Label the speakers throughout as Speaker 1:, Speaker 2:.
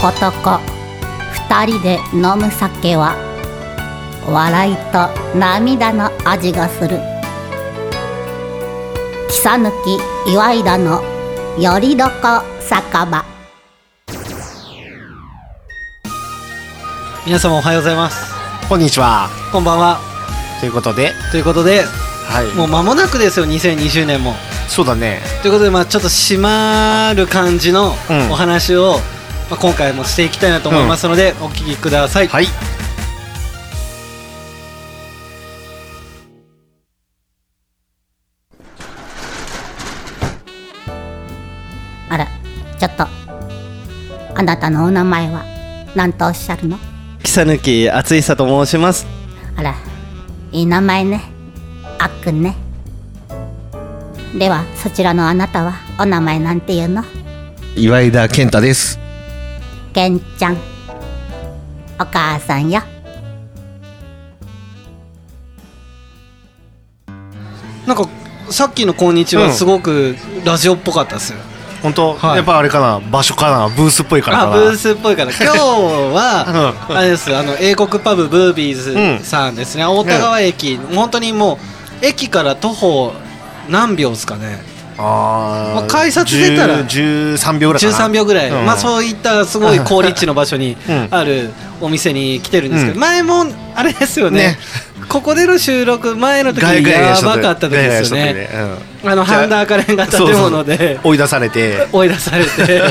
Speaker 1: 男二人で飲む酒は笑いと涙の味がする草抜き岩井田のよりどこ酒場
Speaker 2: 皆様おはようございます
Speaker 3: こんにちは。
Speaker 2: こんばんは
Speaker 3: ということで、
Speaker 2: ということで
Speaker 3: はい。
Speaker 2: もう間もなくですよ2020年も
Speaker 3: そうだね。
Speaker 2: ということでまあちょっと締まる感じの
Speaker 3: うん
Speaker 2: お話を、まあ、今回もしていきたいなと思いますので、お聞きください、
Speaker 3: はい。
Speaker 1: あらちょっとあなたのお名前は何とおっしゃるの
Speaker 2: 草抜き厚久と申します
Speaker 1: あらいい名前ねあっくんねではそちらのあなたはお名前なんていうの
Speaker 4: 岩井田健太です。
Speaker 1: けんちゃんお母さんよ
Speaker 2: なんかさっきの「こんにち
Speaker 3: う
Speaker 2: は」
Speaker 3: ん
Speaker 2: すごくラジオっぽかったですよ、
Speaker 3: 本当、
Speaker 2: はい
Speaker 3: やっぱあれかな、場所かな、ブースっぽいから
Speaker 2: あ
Speaker 3: か
Speaker 2: ブ
Speaker 3: な。
Speaker 2: ースっぽい から今日はあれですあの英国パブブービーズさんですね、大田川駅、本当にもう駅から徒歩何秒ですかね
Speaker 3: あー
Speaker 2: まあ改札出たら
Speaker 3: 10 13秒ぐらいかな。
Speaker 2: 13秒ぐらい、
Speaker 3: うん
Speaker 2: まあ、そういったすごい好立地の場所に
Speaker 3: うん
Speaker 2: あるお店に来てるんですけど、
Speaker 3: うん
Speaker 2: 前もあれですよね
Speaker 3: ね
Speaker 2: ここでの収録前の時
Speaker 3: ガヤガヤ
Speaker 2: や
Speaker 3: しとっ
Speaker 2: ば
Speaker 3: て
Speaker 2: かったですよ
Speaker 3: ガヤ
Speaker 2: ね
Speaker 3: ガヤしとってねうん
Speaker 2: あのハンダーカレンが 建物で
Speaker 3: そうそう追い出されて、
Speaker 2: 追い出され て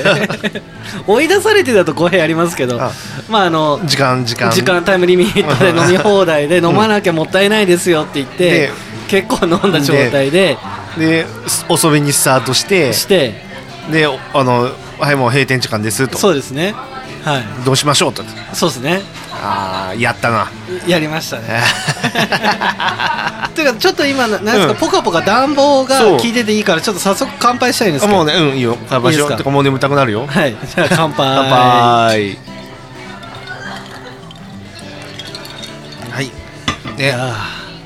Speaker 2: 追い出されてだと語弊ありますけど
Speaker 3: あ
Speaker 2: まああの
Speaker 3: 時間、時間。
Speaker 2: 時間タイムリミットで飲み放題で飲まなきゃもったいないですよって言って
Speaker 3: で
Speaker 2: 結構飲んだ状態で
Speaker 3: で、す遅めにスタートして、
Speaker 2: して
Speaker 3: で、おあの、はい、もう閉店時間ですと。
Speaker 2: そうですねは
Speaker 3: どうしましょうと。
Speaker 2: いそうですね
Speaker 3: ああ、やった な。
Speaker 2: やりましたねていうかちょっと今ななんですか、
Speaker 3: うん
Speaker 2: ポカポカ暖房が
Speaker 3: そう
Speaker 2: 効いてていいからちょっと早速乾杯したいんです
Speaker 3: あ
Speaker 2: けど
Speaker 3: もうね、うん、いいよ。乾杯しよ
Speaker 2: いいです
Speaker 3: う。
Speaker 2: か
Speaker 3: てかもう眠たくなるよ。
Speaker 2: はいじゃあ乾杯
Speaker 3: 乾杯。はい。
Speaker 2: い
Speaker 3: ね、
Speaker 2: や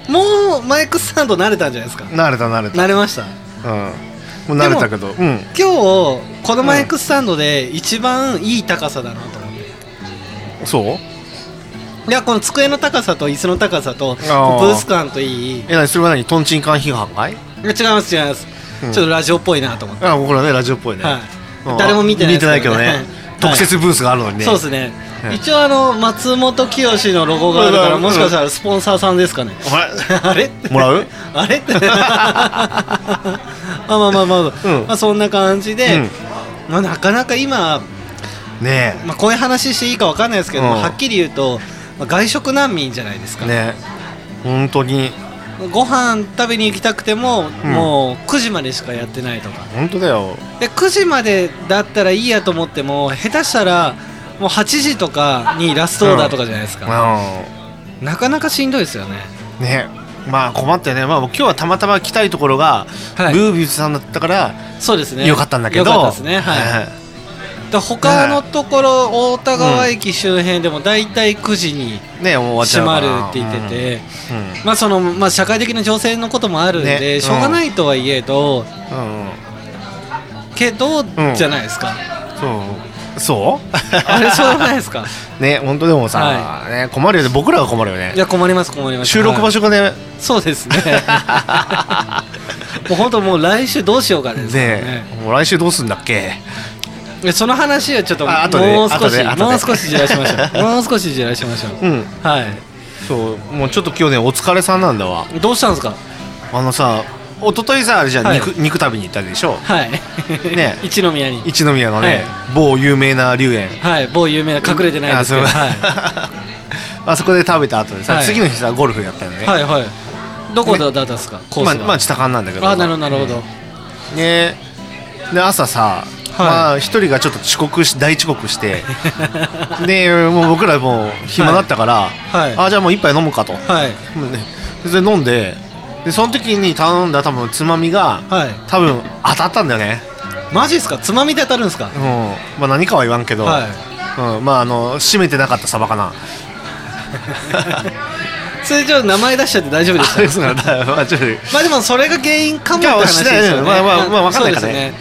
Speaker 2: ーもうマイクスタンド慣れたんじゃないですか
Speaker 3: 慣れた慣れた。
Speaker 2: 慣れました
Speaker 3: うん。もう慣れたけど。うん。
Speaker 2: 今日このマイクスタンドで一番いい高さだなと思って、
Speaker 3: そう
Speaker 2: いやこの机の高さと椅子の高さとこうブ
Speaker 3: あー
Speaker 2: ース感といいい
Speaker 3: え、なにそれは何トンチンカン批判かい
Speaker 2: や違います違います、
Speaker 3: うん
Speaker 2: ちょっとラジオっぽいなと思って、
Speaker 3: あ、これね、ラジオっぽいね。
Speaker 2: はい
Speaker 3: うん
Speaker 2: 誰も見てない
Speaker 3: 見てないけど
Speaker 2: はい
Speaker 3: ね。特設ブースがあるのにね。
Speaker 2: そうですね、
Speaker 3: うん
Speaker 2: 一応あの松本清のロゴがあるからもしかしたらスポンサーさんですかね、
Speaker 3: あ
Speaker 2: あれ
Speaker 3: れもらう
Speaker 2: あれあまあまあまあ、
Speaker 3: うん
Speaker 2: まあそんな感じで、
Speaker 3: うん
Speaker 2: まあ、なかなか今、
Speaker 3: ね
Speaker 2: まあ、こういう話していいかわかんないですけど、
Speaker 3: うん
Speaker 2: まあはっきり言うと、まあ外食難民じゃないです
Speaker 3: え。
Speaker 2: か、
Speaker 3: ねえ。本当に。
Speaker 2: ご飯食べに行きたくても、
Speaker 3: うん
Speaker 2: もう9時までしかやってないとか
Speaker 3: 本当だよ。
Speaker 2: で9時までだったらいいやと思っても下手したらもう8時とかにラストオーダーとかじゃないです
Speaker 3: う
Speaker 2: か、
Speaker 3: ん。
Speaker 2: なかなかしんどいですよね
Speaker 3: ねまあ困ったよね、まあ、今日はたまたま来たいところが、
Speaker 2: はい
Speaker 3: ブービーズさんだったから、
Speaker 2: そうですね
Speaker 3: よかったんだけ
Speaker 2: よ
Speaker 3: ど
Speaker 2: かったですねはい、
Speaker 3: はい
Speaker 2: で他のところ大田川駅周辺でも大体9時に
Speaker 3: ねもう終わっちゃ
Speaker 2: 閉
Speaker 3: う
Speaker 2: ま
Speaker 3: か
Speaker 2: る
Speaker 3: ら
Speaker 2: って言ってて、
Speaker 3: うん
Speaker 2: まあそのまあ、社会的な情勢のこともあるんで、
Speaker 3: ねうん
Speaker 2: しょうがないとはいえど、
Speaker 3: うんうん
Speaker 2: けど、
Speaker 3: ん
Speaker 2: じゃないですか
Speaker 3: そうそう
Speaker 2: あれしょうがないですか
Speaker 3: ね本当でもさ、
Speaker 2: は
Speaker 3: ね、困るよね僕らが困るよね
Speaker 2: いや困ります困ります
Speaker 3: 収録場所がね、
Speaker 2: はいそうです ねもう本当もう来週どうしようかですね
Speaker 3: ねもう来週どうすんだっけ
Speaker 2: いやその話はちょっともう
Speaker 3: あ後で
Speaker 2: 少
Speaker 3: 後
Speaker 2: し、
Speaker 3: で後で
Speaker 2: もう少しじらしましょうもう少しじらしましょう、
Speaker 3: うん
Speaker 2: はい
Speaker 3: そうもうちょっと今日ねお疲れさんなんだわ
Speaker 2: どうしたんですか
Speaker 3: あのさ一昨日さあれじゃん、
Speaker 2: はい
Speaker 3: 肉肉食べに行ったでしょ
Speaker 2: はい
Speaker 3: ね
Speaker 2: 一宮に
Speaker 3: 一宮のね、某有名な龍園
Speaker 2: はい某有名な隠れてないですけど、
Speaker 3: あそう
Speaker 2: はい、
Speaker 3: あそこで食べた後でさ、
Speaker 2: はい
Speaker 3: 次の日さゴルフやったよね、
Speaker 2: はいはいどこだったんですか、コー
Speaker 3: まあ
Speaker 2: スは、
Speaker 3: まあ地高なんだけど
Speaker 2: あなるほどなるほど、
Speaker 3: ねで朝さ、
Speaker 2: い
Speaker 3: まあ一人がちょっと遅刻し大遅刻して でもう僕らもう暇だったから、
Speaker 2: はいはい
Speaker 3: あじゃあもう一杯飲むかと、
Speaker 2: はい
Speaker 3: もうねで飲んででその時に頼んだ多分つまみが、
Speaker 2: はい
Speaker 3: 多分当たったんだよね、
Speaker 2: マジっすかつまみで当たるんですか
Speaker 3: うんまあ、何かは言わんけど、
Speaker 2: は
Speaker 3: うん、まああの閉めてなかったサバかな
Speaker 2: それじゃあ名前出しちゃって大丈夫でした
Speaker 3: ですからだ まあちょっと
Speaker 2: まあでもそれが原因かもって話ですよね
Speaker 3: まあまあまあわかんないから
Speaker 2: そうです
Speaker 3: ね
Speaker 2: ね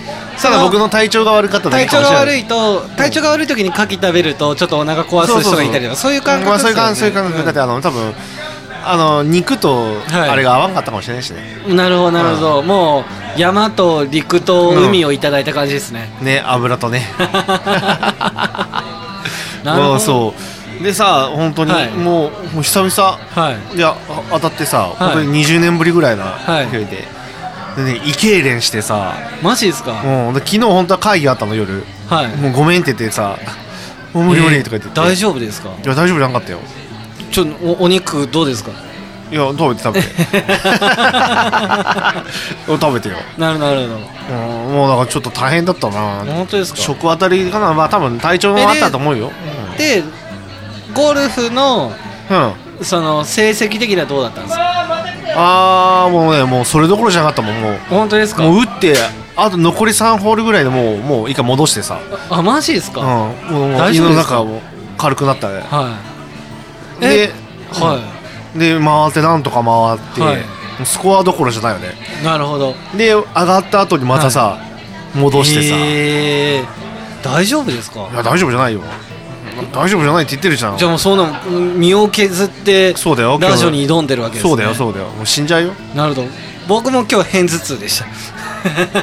Speaker 3: ただ僕の体調が悪かっただけ
Speaker 2: 体
Speaker 3: か
Speaker 2: 調
Speaker 3: も
Speaker 2: が
Speaker 3: し
Speaker 2: 悪
Speaker 3: れない
Speaker 2: いと体調が悪い時に牡蠣食べるとちょっとお腹壊す人がいたりとかそういう感
Speaker 3: まあ
Speaker 2: 覚
Speaker 3: そういう感
Speaker 2: です
Speaker 3: そう
Speaker 2: よ
Speaker 3: いう感覚だっ
Speaker 2: ね
Speaker 3: てあの多分あの肉と
Speaker 2: い
Speaker 3: あれが合わなかったかもしれないしね
Speaker 2: うんなるほどなるほどもう山と陸と海をいただいた感じですね
Speaker 3: ね油とね
Speaker 2: なるほ
Speaker 3: も
Speaker 2: ど
Speaker 3: うそうでさ本当に
Speaker 2: はい
Speaker 3: もうもう久々
Speaker 2: はい
Speaker 3: いやあ当たってさ本当に20年ぶりぐらいな
Speaker 2: はい
Speaker 3: 勢いででね胃痙攣してさ
Speaker 2: マジですか
Speaker 3: もうで昨日本当は会議あったの夜
Speaker 2: はい
Speaker 3: もうごめんって言ってさもう無理無理とか言って
Speaker 2: えー
Speaker 3: て
Speaker 2: 大丈夫ですか
Speaker 3: いや大丈夫じゃなかったよ
Speaker 2: ちょおお肉どうですか
Speaker 3: いや食べて食べて 食べてよ
Speaker 2: なるなるなる
Speaker 3: うんもうなんかちょっと大変だったな
Speaker 2: 本当ですか
Speaker 3: 食あたりかなまあ多分体調もあったと思うよ
Speaker 2: でゴルフの
Speaker 3: うん、うん
Speaker 2: その成績的にはどうだったんですか
Speaker 3: ああもうねもうそれどころじゃなかったもんもう
Speaker 2: 本当ですか
Speaker 3: もう打ってあと残り3ホールぐらいでもうもう一回戻してさ、
Speaker 2: あマジです
Speaker 3: うん、
Speaker 2: か、
Speaker 3: もうもう
Speaker 2: 大
Speaker 3: 胃
Speaker 2: 丈夫
Speaker 3: の
Speaker 2: ですか
Speaker 3: 中も軽くなったね
Speaker 2: はいえは
Speaker 3: でで回ってなんとか回って、
Speaker 2: はい
Speaker 3: もうスコアどころじゃないよね
Speaker 2: いなるほど
Speaker 3: で上がった後にまたさ、戻してさ、
Speaker 2: えー大丈夫ですか
Speaker 3: いや大丈夫じゃないよ大丈夫じゃないって言ってるじゃん
Speaker 2: じゃあもうそうなの身を削って
Speaker 3: そうだよ
Speaker 2: ラジオに挑んでるわけです、ね、
Speaker 3: そうだよそうだよもう死んじゃうよ
Speaker 2: なるほど僕も今日偏頭痛で した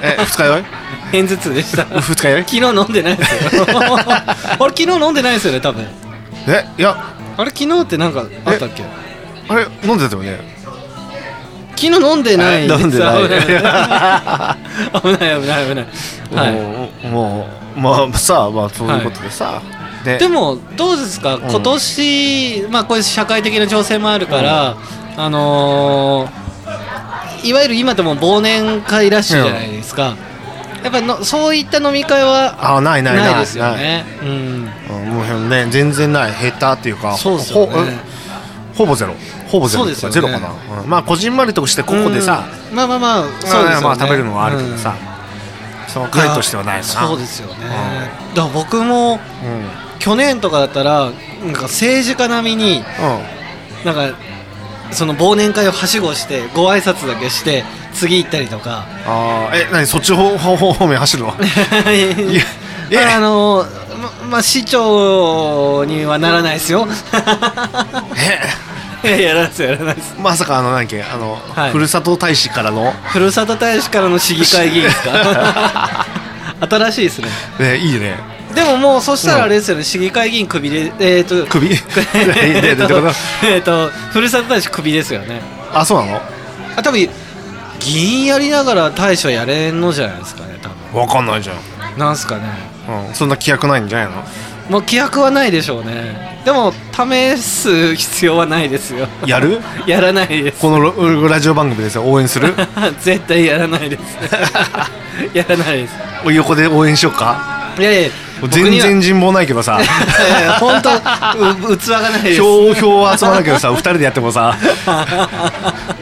Speaker 3: え二日酔い
Speaker 2: 偏頭痛でした昨
Speaker 3: 二日 酔い
Speaker 2: 日飲んでないですよ あれ昨日飲んでないですよね多分
Speaker 3: えいや
Speaker 2: あれ昨日ってなんかあったっけ
Speaker 3: あれ飲んでたよね
Speaker 2: 昨日飲んでない
Speaker 3: あ飲んでない
Speaker 2: 危ない危な い危ない危ない危ない、は
Speaker 3: もうもうまあさあまあそういうことでさ、
Speaker 2: い、
Speaker 3: で
Speaker 2: でもどうですか、
Speaker 3: ん
Speaker 2: 今年まあこういう社会的な情勢もあるから、あのーいわゆる今でも忘年会らしいじゃないですか、やっぱりのそういった飲み会は
Speaker 3: あないないない
Speaker 2: ないですよねうん
Speaker 3: ないうんもうね全然ない減ったっていうか
Speaker 2: そうですよね
Speaker 3: ほうんほぼゼロほぼゼ
Speaker 2: そ
Speaker 3: ロ
Speaker 2: う
Speaker 3: と
Speaker 2: ですよ
Speaker 3: か
Speaker 2: ね
Speaker 3: ゼロかな、うんまあこじんまりとしてここでさ、
Speaker 2: うんまあまあまあそうですよね、
Speaker 3: まあまあ食べるのはあるけどさ、その
Speaker 2: うん、
Speaker 3: 会としてはないな
Speaker 2: そうですよね、だから僕も
Speaker 3: うんうん
Speaker 2: 去年とかだったらなんか政治家並みになんかその忘年会をはしごしてご挨拶だけして次行ったりとか
Speaker 3: あーえ何そっち方方方面走るのい や
Speaker 2: い やあのーままあ市長にはならないです よいややらないですやらないです
Speaker 3: まさかあの何っけあの、
Speaker 2: はい
Speaker 3: ふるさと大使からの、
Speaker 2: ふるさと大使からの市議会議員です か新しいですね
Speaker 3: ね、いいね
Speaker 2: でももうそしたらあれですよね、市議会議員クビでえっ、と
Speaker 3: 首ででででで
Speaker 2: えっとふるさと大使クビですよね
Speaker 3: あそうな
Speaker 2: あ多分議員やりながら大使はやれんのじゃないですかね多分
Speaker 3: のわかんないじゃ
Speaker 2: なんすかね
Speaker 3: ん、うん、そんな規約ないんじゃないの
Speaker 2: もう規約はないでしょうねでも試す必要はないですよ
Speaker 3: やる
Speaker 2: やらないです
Speaker 3: このロラジオ番組でさ応援する
Speaker 2: 絶対やらないですやらないです
Speaker 3: お横で応援しようか
Speaker 2: いやいや僕
Speaker 3: 全
Speaker 2: には
Speaker 3: 然人望ないけどさ
Speaker 2: いやいや本当う器がないです
Speaker 3: 票票は集まらんけどさ二人でやってもさ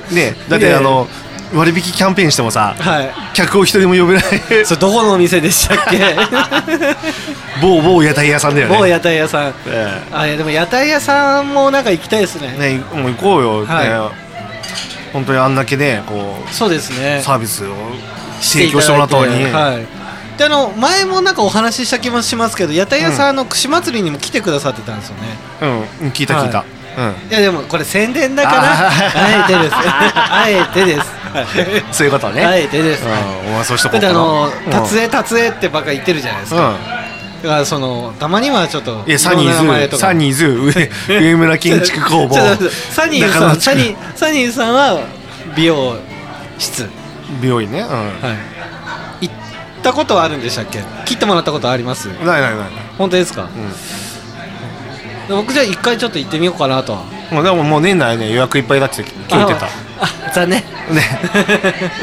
Speaker 3: ねだっ
Speaker 2: いやい
Speaker 3: て
Speaker 2: や
Speaker 3: あの割引キャンペーンしてもさ
Speaker 2: は
Speaker 3: 客を一人も呼べない
Speaker 2: いそれどこのお店でしたっ け
Speaker 3: 某某屋台屋さんだよね
Speaker 2: 某屋台屋さん
Speaker 3: え
Speaker 2: あいやでも屋台屋さんもなんか行きたいですね
Speaker 3: えねもう行こうよ、
Speaker 2: はい
Speaker 3: ね本当にあんだけねこ
Speaker 2: そうです
Speaker 3: う
Speaker 2: ね
Speaker 3: サービスを提供してもらったのに、
Speaker 2: はいであの前もなんかお話しした気もしますけど屋台屋さん、あの串祭りにも来てくださってたんですよね
Speaker 3: うん聞いた聞いた、
Speaker 2: はいやでもこれ宣伝だから
Speaker 3: あー
Speaker 2: あえて ですあえてです
Speaker 3: うんそういうことね、
Speaker 2: あえてです
Speaker 3: うん、お前そうしと
Speaker 2: だっ
Speaker 3: こう
Speaker 2: て
Speaker 3: か
Speaker 2: あ
Speaker 3: な
Speaker 2: の
Speaker 3: うん
Speaker 2: 「達江達江」ってばっか言ってるじゃないです
Speaker 3: う
Speaker 2: か、
Speaker 3: ん
Speaker 2: だからそのたまにはちょっと
Speaker 3: いやサニ
Speaker 2: いろんな名前
Speaker 3: ー
Speaker 2: と
Speaker 3: ズ
Speaker 2: か
Speaker 3: サニーズ 上上村建築工房
Speaker 2: ちょっと待ってサニー
Speaker 3: 中
Speaker 2: さ
Speaker 3: 野
Speaker 2: ん
Speaker 3: 地区
Speaker 2: サニーサニーさんは美容室
Speaker 3: 病院ねう
Speaker 2: はい行ったことはあるんでしたっけ切ってもらったことあります
Speaker 3: んないないない
Speaker 2: 本当ですか、僕じゃあ一回ちょっと行ってみようかなとは
Speaker 3: もうでももう年内ね予約いっぱいだって聞いてた
Speaker 2: あ残 念
Speaker 3: ね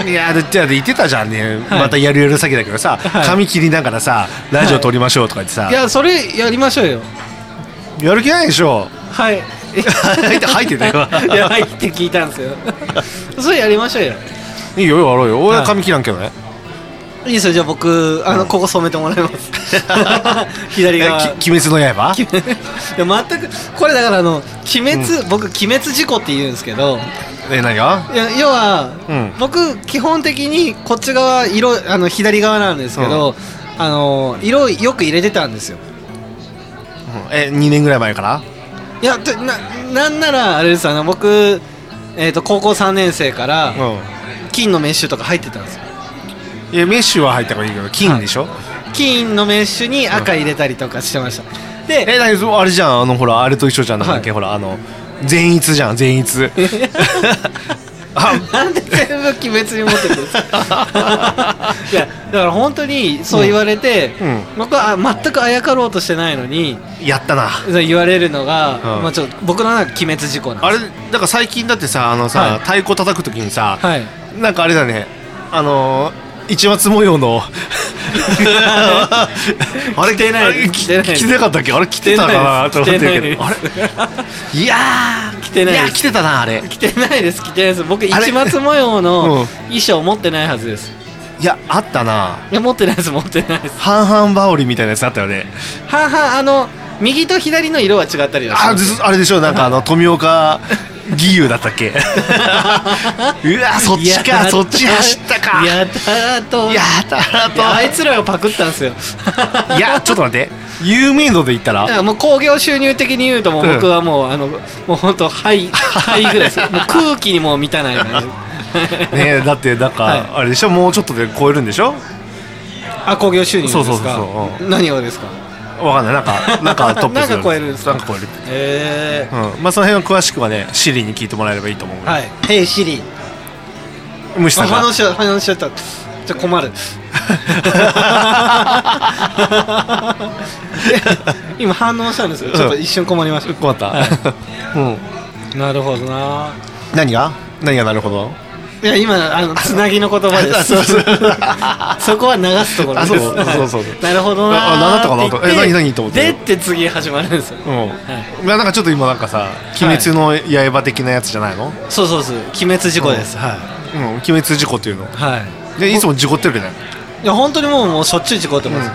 Speaker 3: いやだってだって言ってたじゃんね、
Speaker 2: はい
Speaker 3: またやるやる詐欺だけどさ、
Speaker 2: はい
Speaker 3: 髪切りながらさラジオ撮りましょうとか言ってさ、
Speaker 2: いやそれやりましょうよ
Speaker 3: やる気ないでし ょ
Speaker 2: はい
Speaker 3: 入って入ってたよ
Speaker 2: い や入って聞いたん ですよそれやりましょうよ
Speaker 3: いいよやろうよ俺
Speaker 2: は
Speaker 3: はい髪切らんけどね、
Speaker 2: いいですよじゃあ僕あの、ここ染めてもらいます 左
Speaker 3: え
Speaker 2: 側
Speaker 3: き鬼滅の刃
Speaker 2: いや全くこれだからあの鬼鬼滅、僕鬼滅事故って言うんですけど
Speaker 3: え何が
Speaker 2: いや要は、
Speaker 3: うん
Speaker 2: 僕基本的にこっち側色あの左側なんですけど、あの色よく入れてたんですよ
Speaker 3: うんえ2年ぐらい前から
Speaker 2: いやてななんならあれですあの僕、えー、と高校3年生から
Speaker 3: うん
Speaker 2: 金のメッシュとか入ってたんですよ
Speaker 3: いやメッシュは入った方がいいけど金でしょ、
Speaker 2: 金のメッシュに赤入れたりとかしてましたで
Speaker 3: え何そうあれじゃんあのほらあれと一緒じゃんなんだっけ、
Speaker 2: は
Speaker 3: ほらあの善逸じゃん善逸 あ
Speaker 2: なんで全部鬼滅に持ってくるんです かいやだから本当にそう言われて、
Speaker 3: うんうん
Speaker 2: 僕はあ全くあやかろうとしてないのに
Speaker 3: やったな
Speaker 2: 言われるのが、
Speaker 3: うん
Speaker 2: まあ、ちょっと僕の中で鬼滅事故なんです
Speaker 3: あれだから最近だってさあのさ、
Speaker 2: はい
Speaker 3: 太鼓叩くときにさ、
Speaker 2: はい
Speaker 3: なんかあれだねあのー、市松模様 のあれ着て
Speaker 2: ない
Speaker 3: 着
Speaker 2: 着
Speaker 3: て
Speaker 2: て
Speaker 3: な
Speaker 2: ない
Speaker 3: かったっけあれ着てたかなと思ってるけどあ
Speaker 2: 着
Speaker 3: れ
Speaker 2: てないです
Speaker 3: いやー
Speaker 2: 着てないです
Speaker 3: や着てたなあれ
Speaker 2: 着てないです着てないです僕
Speaker 3: あれ
Speaker 2: 市松模様
Speaker 3: う
Speaker 2: の
Speaker 3: ん
Speaker 2: 衣装持ってないはずです
Speaker 3: いやあったない
Speaker 2: や持ってないです持ってないです
Speaker 3: 半々羽織みたいなやつあったよね
Speaker 2: はんはんあの右と左の色は違ったりはし
Speaker 3: あ
Speaker 2: ます
Speaker 3: ずあれでしょなんかあ の富岡義勇だったっけ うわそっち
Speaker 2: や
Speaker 3: かそっち走ったか
Speaker 2: やたらと
Speaker 3: やたら
Speaker 2: いやあい
Speaker 3: と
Speaker 2: つらをパクったんですよ
Speaker 3: いやちょっと待って有名度で言った
Speaker 2: だかららもう興行収入的に言うともう
Speaker 3: うん
Speaker 2: 僕はもう、あのもう本当 灰灰ぐらいですもう空気にもう満たない感じ
Speaker 3: ねえだってなんか、
Speaker 2: はい
Speaker 3: あれでしょもうちょっとで超えるんでしょ
Speaker 2: あ興行収入ですか
Speaker 3: そうそうそうそう
Speaker 2: 何をですか
Speaker 3: わかんないなんかなん かトップ
Speaker 2: なんか超えるんですか
Speaker 3: なんか超える
Speaker 2: え
Speaker 3: うんまあその辺は詳しくはねシリに聞いてもらえればいいと思う、
Speaker 2: ー、はい「ヘイシリー」
Speaker 3: 虫さんが
Speaker 2: 話し話しちゃったじゃあ 困る今反応したんですよちょっと一瞬困りまし
Speaker 3: 困った、
Speaker 2: はい
Speaker 3: うん
Speaker 2: たなるほどな
Speaker 3: 何が何がなるほど
Speaker 2: いや今あのつなぎの言葉で
Speaker 3: あ
Speaker 2: す
Speaker 3: そうそう
Speaker 2: そこは流すところです
Speaker 3: あそうそうそうそう
Speaker 2: なるほどなー
Speaker 3: ああなったかなと
Speaker 2: って言
Speaker 3: え何何と思って
Speaker 2: でって次始まるんですよ
Speaker 3: うん、いやなんかちょっと今なんかさ「鬼滅の刃」的なやつじゃないの、
Speaker 2: そうそうそう鬼滅事故ですは
Speaker 3: うん「鬼滅事故」っていうの
Speaker 2: いはい
Speaker 3: でいつも事故ってるよね
Speaker 2: いや本当にもうもうしょっちゅう事故ってます、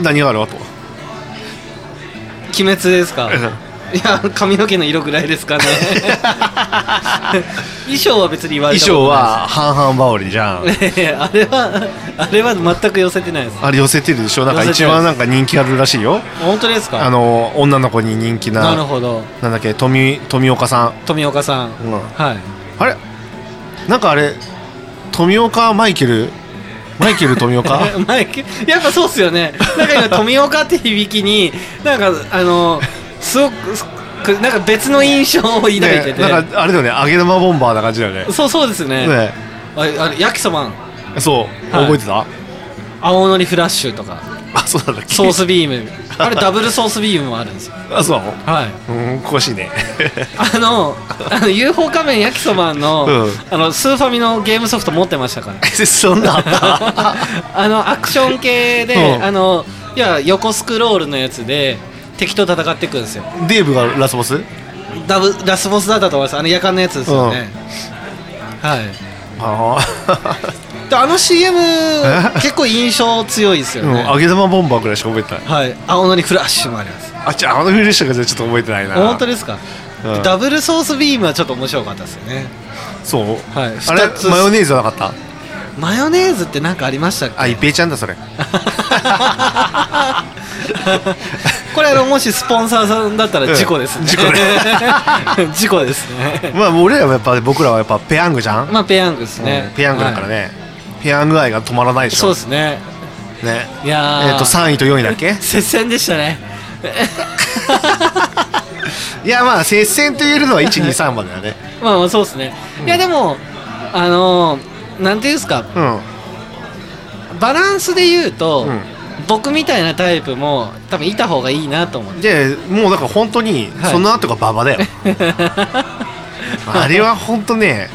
Speaker 3: 何があるわと
Speaker 2: 鬼滅ですかいや髪の毛の色ぐらいですか ね衣装は別に言われ
Speaker 3: 衣
Speaker 2: たこと
Speaker 3: 装
Speaker 2: な
Speaker 3: は半々羽織じゃん
Speaker 2: いですいやい やあれはあれは全く寄せてないです
Speaker 3: あれ寄せてるでしょなんか
Speaker 2: 寄せて
Speaker 3: 一
Speaker 2: る
Speaker 3: 番なんか人気あるらしいよ
Speaker 2: 本当ですか
Speaker 3: あの女の子に人気な
Speaker 2: なるほど
Speaker 3: なんだっけ富富岡さん
Speaker 2: 富岡さん、
Speaker 3: うん
Speaker 2: はい
Speaker 3: あれなんかあれ富岡マイケルマイケル富 岡
Speaker 2: マイケやっぱそうっすよねなんか今富岡って響きになんかあのすごくすくなんか別の印象を抱いてて、
Speaker 3: ねなんかあれだよね揚げ玉ボンバーな感じだよね
Speaker 2: そうそうですね
Speaker 3: ね
Speaker 2: ああれ焼きそばん
Speaker 3: そう、
Speaker 2: はい
Speaker 3: 覚えてた
Speaker 2: 青のりフラッシュとか
Speaker 3: あそうなんだっけ
Speaker 2: ソースビーム あれダブルソースビームもあるんですよ
Speaker 3: あそうなの
Speaker 2: はい
Speaker 3: うん詳しいね
Speaker 2: あのあの UFO 仮面焼きそばの,、
Speaker 3: うん
Speaker 2: あのスーファミのゲームソフト持ってました から
Speaker 3: そんなあっ
Speaker 2: あのアクション系で、
Speaker 3: うん
Speaker 2: あのいや横スクロールのやつで敵と戦っていくんですよ
Speaker 3: たデーブがラスボス
Speaker 2: ダブラスボスだったと思いますあの夜間のやつですよね、はい
Speaker 3: ああ、
Speaker 2: であの CM 結構印象強いですよ
Speaker 3: うん、
Speaker 2: ね、
Speaker 3: 揚げ玉ボンバーぐらいしか覚えてない
Speaker 2: はい青のりフラッシュもあります
Speaker 3: あちょあのフィルシャーがちょっと覚えてないな
Speaker 2: 本当ですか、
Speaker 3: うん
Speaker 2: ダブルソースビームはちょっと面白かったですよね
Speaker 3: そう、
Speaker 2: はい
Speaker 3: あれ
Speaker 2: 二つ
Speaker 3: マヨネーズじゃなかった
Speaker 2: マヨネーズって何かありましたっけ
Speaker 3: あ一平ちゃんだそれ
Speaker 2: これあのもしスポンサーさんだったら事故ですね、
Speaker 3: うん事故
Speaker 2: ね 事故ですね
Speaker 3: まあもう俺らはやっぱ僕らはやっぱペヤングじゃん、
Speaker 2: まあペヤングですね、
Speaker 3: うんペヤングだから
Speaker 2: はい
Speaker 3: ね、ペヤング愛が止まらないでし
Speaker 2: そう
Speaker 3: ょ
Speaker 2: ですね
Speaker 3: ね
Speaker 2: いやー
Speaker 3: えっ、と3位と4位だっ け
Speaker 2: 接戦でしたね
Speaker 3: いやまあ接戦と言えるのは123までだね
Speaker 2: まあまあそうですね、いやでもあのー、なんていうんですか
Speaker 3: うん
Speaker 2: バランスで言うと、
Speaker 3: うん
Speaker 2: 僕みたいなタイプも多分いた方がいいなと思って
Speaker 3: でもうだから本当に
Speaker 2: はい
Speaker 3: その後が馬場だよ、 あれは本当ね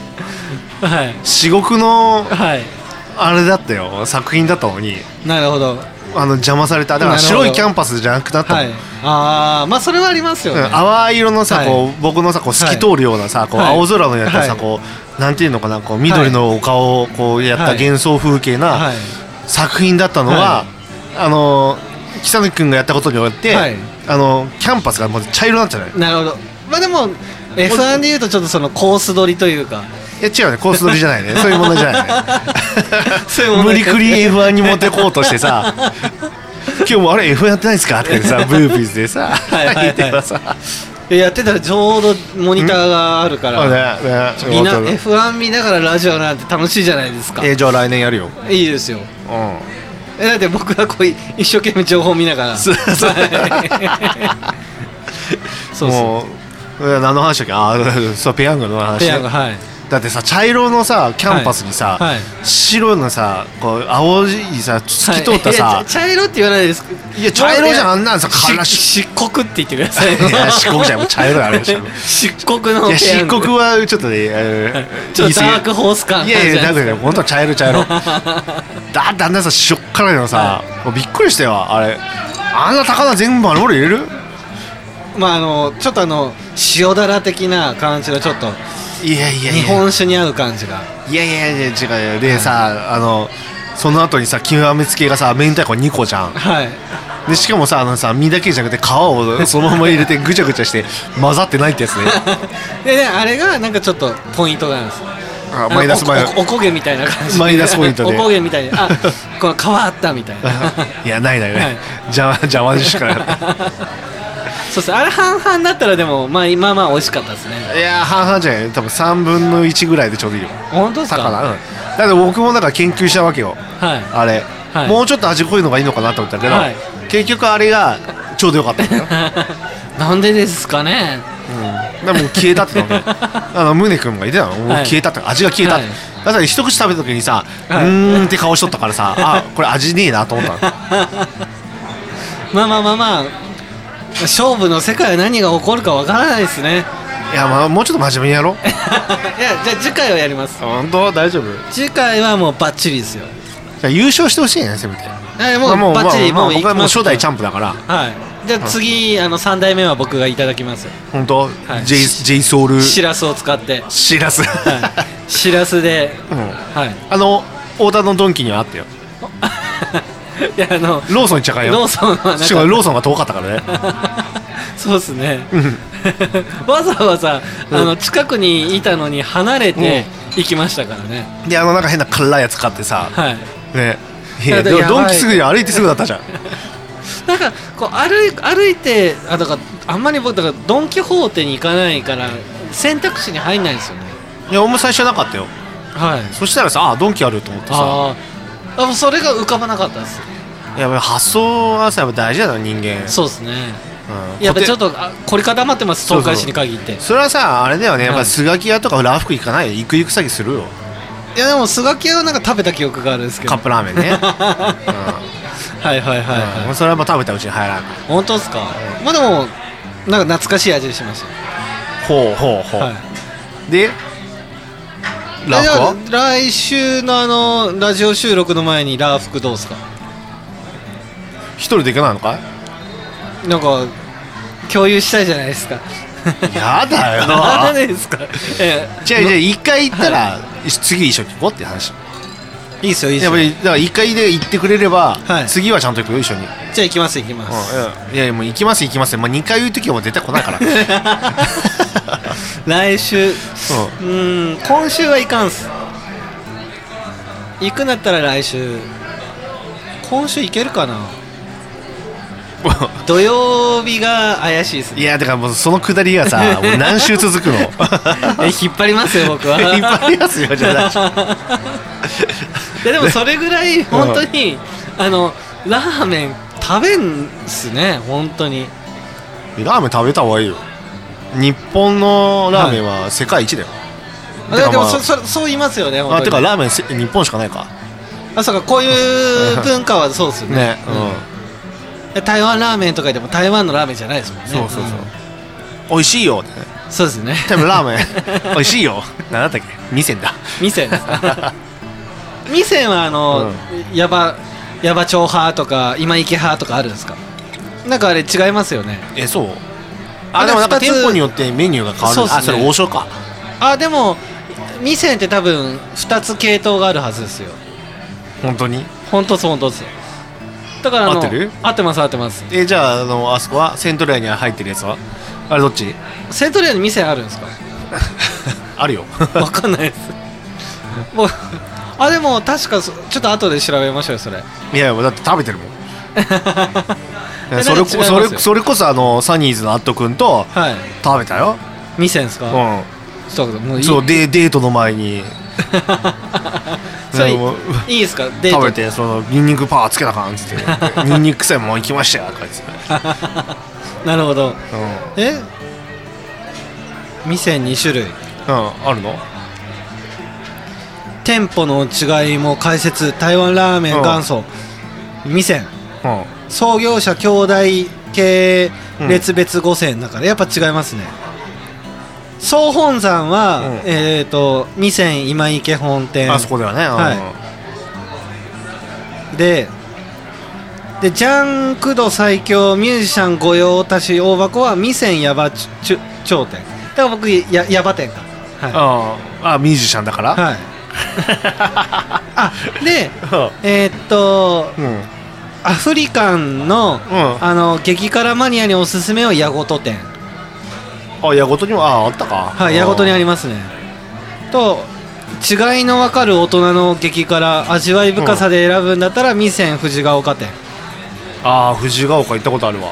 Speaker 2: はい
Speaker 3: 至極の
Speaker 2: はい
Speaker 3: あれだったよ作品だったのに
Speaker 2: なるほど
Speaker 3: あの邪魔されただから
Speaker 2: なるほど
Speaker 3: 白いキャンパスじゃなくなったも
Speaker 2: は
Speaker 3: ん
Speaker 2: いああまあそれはありますよ
Speaker 3: う
Speaker 2: ね、
Speaker 3: ん淡い色のさ、
Speaker 2: はい
Speaker 3: こう僕のさこう透き通るようなさ、こう
Speaker 2: はい
Speaker 3: 青空のやったさ、
Speaker 2: はい
Speaker 3: こうなんていうのかなこう緑のお顔をこうやった
Speaker 2: はい
Speaker 3: 幻想風景な
Speaker 2: はい
Speaker 3: 作品だったのは、
Speaker 2: は
Speaker 3: あのー北野君がやったことによって、
Speaker 2: はい
Speaker 3: あのーキャンパスがもう茶色になっちゃうのよ
Speaker 2: なるほど、ままあでも F1 でいうとちょっとそのコース取りというか
Speaker 3: いや違うねコース取りじゃないね そういう問題じゃない
Speaker 2: そういう
Speaker 3: ね
Speaker 2: 問
Speaker 3: 無
Speaker 2: 題
Speaker 3: 理くり F1 に持ってこうとしてさ今日もあれ F1 やってないですかって言っ てさブービーズでさ
Speaker 2: いはいはい
Speaker 3: 言ってばさ
Speaker 2: やってたらちょうどモニターがあるから
Speaker 3: あねね
Speaker 2: みんな F1 見ながらラジオなんて楽しいじゃないですか
Speaker 3: えーじゃあ来年やるよ
Speaker 2: いいですよ
Speaker 3: うん
Speaker 2: えだって僕はこうい一生懸命情報見ながら
Speaker 3: そうそう
Speaker 2: はいそうそ
Speaker 3: もううん何の話だっけあー そうペヤングの
Speaker 2: う
Speaker 3: 話
Speaker 2: ペ
Speaker 3: ね
Speaker 2: アがはい
Speaker 3: だってさ茶色のさキャンパスにさ、
Speaker 2: はいはい
Speaker 3: 白のさこう青いさ透き通ったさ、
Speaker 2: はいいや茶茶色って言わないです
Speaker 3: いや茶色じゃんあんなんさから
Speaker 2: し
Speaker 3: し
Speaker 2: 漆黒って言ってください
Speaker 3: いや漆黒じゃんもう茶色だあれ漆
Speaker 2: 漆黒のペヤング
Speaker 3: 黒はちょっとね、えー
Speaker 2: ちょっと
Speaker 3: 言い
Speaker 2: ダー
Speaker 3: 過ぎ
Speaker 2: クホース感
Speaker 3: いや い
Speaker 2: ある
Speaker 3: やだけ
Speaker 2: じゃ
Speaker 3: ど
Speaker 2: ないですか
Speaker 3: 本当茶色 茶色だってあんなさ塩っ辛いのさ、もうびっくりしたよあれあんな高菜全部あの俺入れる
Speaker 2: まああのちょっとあの塩だら的な感じのちょっと
Speaker 3: いやいやい
Speaker 2: 日
Speaker 3: や
Speaker 2: 本酒に合う感じが
Speaker 3: いやいやいや違うよでさ、あのその後にさ極めつけがさ明太子2個じゃん
Speaker 2: はい
Speaker 3: でしかもさあのさ身だけじゃなくて皮をそのまま入れ てぐちゃぐちゃして混ざってないってやつね
Speaker 2: でねあれがなんかちょっとポイントなんです
Speaker 3: あマイナスマイナ
Speaker 2: おおおこげみたいな感じ
Speaker 3: マイナスポイントで
Speaker 2: おこげみたい なあこの皮あったみたいな
Speaker 3: いやないないな、
Speaker 2: はいい
Speaker 3: 邪魔邪魔でしかなかっ
Speaker 2: そうですねあれ半々だったらでもまあまあまあ美味しかったですね
Speaker 3: たいやー半々じゃない多分3分の1ぐらいでちょうどいいよ
Speaker 2: 本当ですか
Speaker 3: 魚うんだって僕もだから研究したわけよ
Speaker 2: はい
Speaker 3: あれ、
Speaker 2: はい
Speaker 3: もうちょっと味濃いのがいいのかなと思ったけど、
Speaker 2: はい
Speaker 3: 結局あれがちょうどよかったんだよ
Speaker 2: なんでですかね
Speaker 3: でもう消えたってのねあの宗君がいてたのもう消えたって味が消えたって、
Speaker 2: はい
Speaker 3: だから一口食べた時にさ、
Speaker 2: はいう
Speaker 3: ーんって顔しとったか らさあこれ味ねえなと思ったの
Speaker 2: まあまあまあまあ勝負の世界は何が起こるかわからないですね
Speaker 3: いやまあもうちょっと真面目にやろう
Speaker 2: いやじゃあ次回はやります
Speaker 3: 本当大丈夫じ
Speaker 2: 次回はもうバッチリですよ
Speaker 3: ゃあ優勝してほしいねせめて
Speaker 2: はいも
Speaker 3: まあ
Speaker 2: うバッチリ
Speaker 3: まあ
Speaker 2: もう行き
Speaker 3: 僕はもう
Speaker 2: ます
Speaker 3: 初代チャンプだから
Speaker 2: はいじゃあ次あの3代目は僕がいただきますよ
Speaker 3: 本当、
Speaker 2: い
Speaker 3: J, J ソウル
Speaker 2: シラスを使って
Speaker 3: シラス、
Speaker 2: はいシラスで
Speaker 3: うん
Speaker 2: はい
Speaker 3: あの太田のドンキにはあったよ
Speaker 2: いやあの
Speaker 3: ローソン行っちゃかんよ
Speaker 2: ローソンはなかった
Speaker 3: しかもローソンが遠かったからね
Speaker 2: そうですねわざわざあの近くにいたのに離れて行きましたからね
Speaker 3: であのなんか変な辛いやつ買ってさ
Speaker 2: はい
Speaker 3: ねいや
Speaker 2: だ
Speaker 3: で
Speaker 2: から
Speaker 3: も
Speaker 2: やばい
Speaker 3: ドンキすぐに歩いてすぐだったじゃん
Speaker 2: なんかこう歩い歩いてあだからあんまり僕だからドン・キホーテに行かないから選択肢に入んないんですよね
Speaker 3: いや俺も最初なかったよ
Speaker 2: はい
Speaker 3: そしたらさあドンキあると思ってさ
Speaker 2: あーあもうそれが浮かばなかったです
Speaker 3: やっぱり発想はさやっぱ大事だな人間
Speaker 2: そうですね
Speaker 3: うん
Speaker 2: やっぱちょっ
Speaker 3: こと
Speaker 2: あ凝り固まってます
Speaker 3: そう
Speaker 2: 東
Speaker 3: そ
Speaker 2: 海
Speaker 3: う
Speaker 2: 市に限って
Speaker 3: てそれはさあれだよねやっ
Speaker 2: は
Speaker 3: ぱ
Speaker 2: い
Speaker 3: スガキ屋とかラフク行かないよ行く行く先するよ
Speaker 2: いやでもスガキ屋はなんか食べた記憶があるんですけど
Speaker 3: カップラーメ ン ね
Speaker 2: はいはいはい、
Speaker 3: うん
Speaker 2: は
Speaker 3: う
Speaker 2: い
Speaker 3: んそれはもう食べたうちに入らん
Speaker 2: 本当ですかまあでもなんか懐かしい味しまし
Speaker 3: ほうほうほ
Speaker 2: た、はいう
Speaker 3: でラ
Speaker 2: えじ
Speaker 3: フク
Speaker 2: ゃ
Speaker 3: は
Speaker 2: あ来週のあのラジオ収録の前にラー服どうですか
Speaker 3: 一人で行かないのかい
Speaker 2: なんか共有したいじゃないですか
Speaker 3: やだよ
Speaker 2: なんでですか。ええ
Speaker 3: じゃあじゃあ一回行ったら次一緒に行こうっていう話
Speaker 2: いいですよいいです
Speaker 3: やっ
Speaker 2: よ。
Speaker 3: ぱりだから一回で行ってくれれば、
Speaker 2: はい
Speaker 3: 次はちゃんと行くよ一緒に、うん、い
Speaker 2: じゃあ行きます行きます。
Speaker 3: やいやもう行きます行きますまあ二回言う時はもう絶対来ないから
Speaker 2: 来週、うーん今週はいかんっす。行くんだったら来週。今週行けるかな。
Speaker 3: も
Speaker 2: 土曜日が怪しいです
Speaker 3: うい
Speaker 2: ね。
Speaker 3: やだからもうそのくだりがさもう何週続くの引っ
Speaker 2: え引っ張りますよ僕は。
Speaker 3: 張ります よじゃない
Speaker 2: いやでもそれぐらい本当にあのラーメン食べんっすね本当に。
Speaker 3: ラーメン食べた方がいいよ日本のラーメンは世界一だよ、
Speaker 2: あ
Speaker 3: てか
Speaker 2: でも
Speaker 3: まあ
Speaker 2: そそそう言いますよね。
Speaker 3: あ
Speaker 2: 本
Speaker 3: て
Speaker 2: 当
Speaker 3: か
Speaker 2: に
Speaker 3: ラーメンせ日本しかないか
Speaker 2: あそうかこういう文化はそうですよね。
Speaker 3: ねう
Speaker 2: うん
Speaker 3: ん、
Speaker 2: 台湾ラーメンとかでも台湾のラーメンじゃないですもんね
Speaker 3: そうそうそうん美味しいよってね
Speaker 2: そうですね
Speaker 3: でもラーメン 美味しいよ何だったっけ2000だ
Speaker 2: 店 です店はあの、ヤバヤバ町派とか今池派とかあるんですかなんかあれ違いますよね
Speaker 3: えそう
Speaker 2: あ
Speaker 3: あでもなんか
Speaker 2: 二つ
Speaker 3: 店舗によってメニューが変わる
Speaker 2: そうっすね
Speaker 3: あそれ王将か
Speaker 2: あでも店って多分2つ系統があるはずですよ
Speaker 3: 本当に
Speaker 2: 本当そう本当ですだからあの
Speaker 3: 合ってる
Speaker 2: 合ってます合ってます
Speaker 3: えじゃああのあそこはセントレアに入ってるやつはあれどっち
Speaker 2: セントレアに店あるん ですか
Speaker 3: あるよ
Speaker 2: わかんないですもうあでも確かそちょっと後で調べましょうよそれ
Speaker 3: いやいやだって食べてる もん
Speaker 2: え
Speaker 3: それ
Speaker 2: なん
Speaker 3: こ
Speaker 2: か違います
Speaker 3: そ
Speaker 2: よ
Speaker 3: れそれこそあのサニーズのアット君と
Speaker 2: はい
Speaker 3: 食べたよ、
Speaker 2: 店ですか、
Speaker 3: う、
Speaker 2: ちょっともうんいい
Speaker 3: そうデデートの前に
Speaker 2: それい
Speaker 3: でも
Speaker 2: いいですかデート
Speaker 3: 食べてそのニンニクパワーつけたかんっつって ニンニク臭いもん行きましたよこいつ、
Speaker 2: なるほど
Speaker 3: うんうん、
Speaker 2: え店2種類
Speaker 3: あるの
Speaker 2: 店舗の違いも解説台湾ラーメン
Speaker 3: うん
Speaker 2: 元祖店
Speaker 3: うん
Speaker 2: 創業者兄弟系列別五線だからやっぱ違いますね総本山は、
Speaker 3: うん
Speaker 2: えっ、と二線今池本店
Speaker 3: あそこではね、うん
Speaker 2: はででジャンク度最強ミュージシャン御用達大箱は二線矢場ちゅ頂点だから僕や矢場店かは
Speaker 3: うんあミュージシャンだから、
Speaker 2: い、はい、あ で
Speaker 3: う
Speaker 2: えーっと
Speaker 3: ん うん
Speaker 2: アフリカンの、あの激辛マニアにおすすめを矢ごと店
Speaker 3: あ矢ごとにもああったか
Speaker 2: はい、矢ごとにありますね。と、違いの分かる大人の激辛、味わい深さで選ぶんだったら、味仙藤ヶ丘店。
Speaker 3: ああ藤ヶ丘行ったことあるわ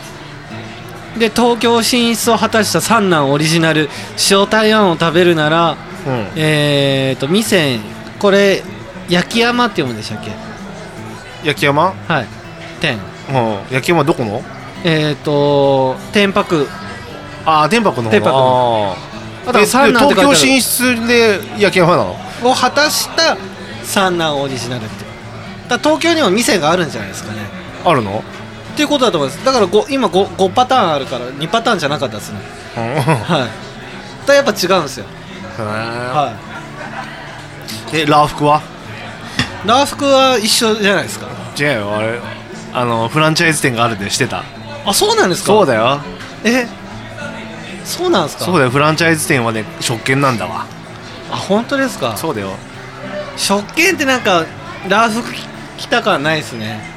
Speaker 2: で、東京進出を果たした三男オリジナル、塩台湾を食べるなら、
Speaker 3: うん
Speaker 2: えーと、味仙、これ、焼き山って読むんでしたっけ
Speaker 3: 焼き山
Speaker 2: はい。店。
Speaker 3: うん焼き山どこの
Speaker 2: えーと、天白。
Speaker 3: ああ天白の方
Speaker 2: 天白
Speaker 3: のあ
Speaker 2: あと
Speaker 3: ーえ
Speaker 2: 三男って
Speaker 3: 東
Speaker 2: 書いてあ
Speaker 3: 京
Speaker 2: る
Speaker 3: 進出で焼き山なの
Speaker 2: を果たした三男オリジナルって。だから東京にも店があるんじゃないですかね。
Speaker 3: あるの
Speaker 2: っていうことだと思いますだからご今 5, 5パターンあるから2パターンじゃなかったですね
Speaker 3: うん
Speaker 2: はいだやっぱ違うんですよ
Speaker 3: へ
Speaker 2: は
Speaker 3: ーえラー服はい
Speaker 2: ラー服は一緒じゃないですか
Speaker 3: 違うよあれあのフランチャイズ店があるんでしてた
Speaker 2: あそうなんですか
Speaker 3: そう
Speaker 2: だ
Speaker 3: だよ
Speaker 2: えそうなんですか
Speaker 3: そうだよフランチャイズ店はね食券なんだわ
Speaker 2: あ本当ですか
Speaker 3: そうだよ
Speaker 2: 食券ってなんかラー服着た感ないです ね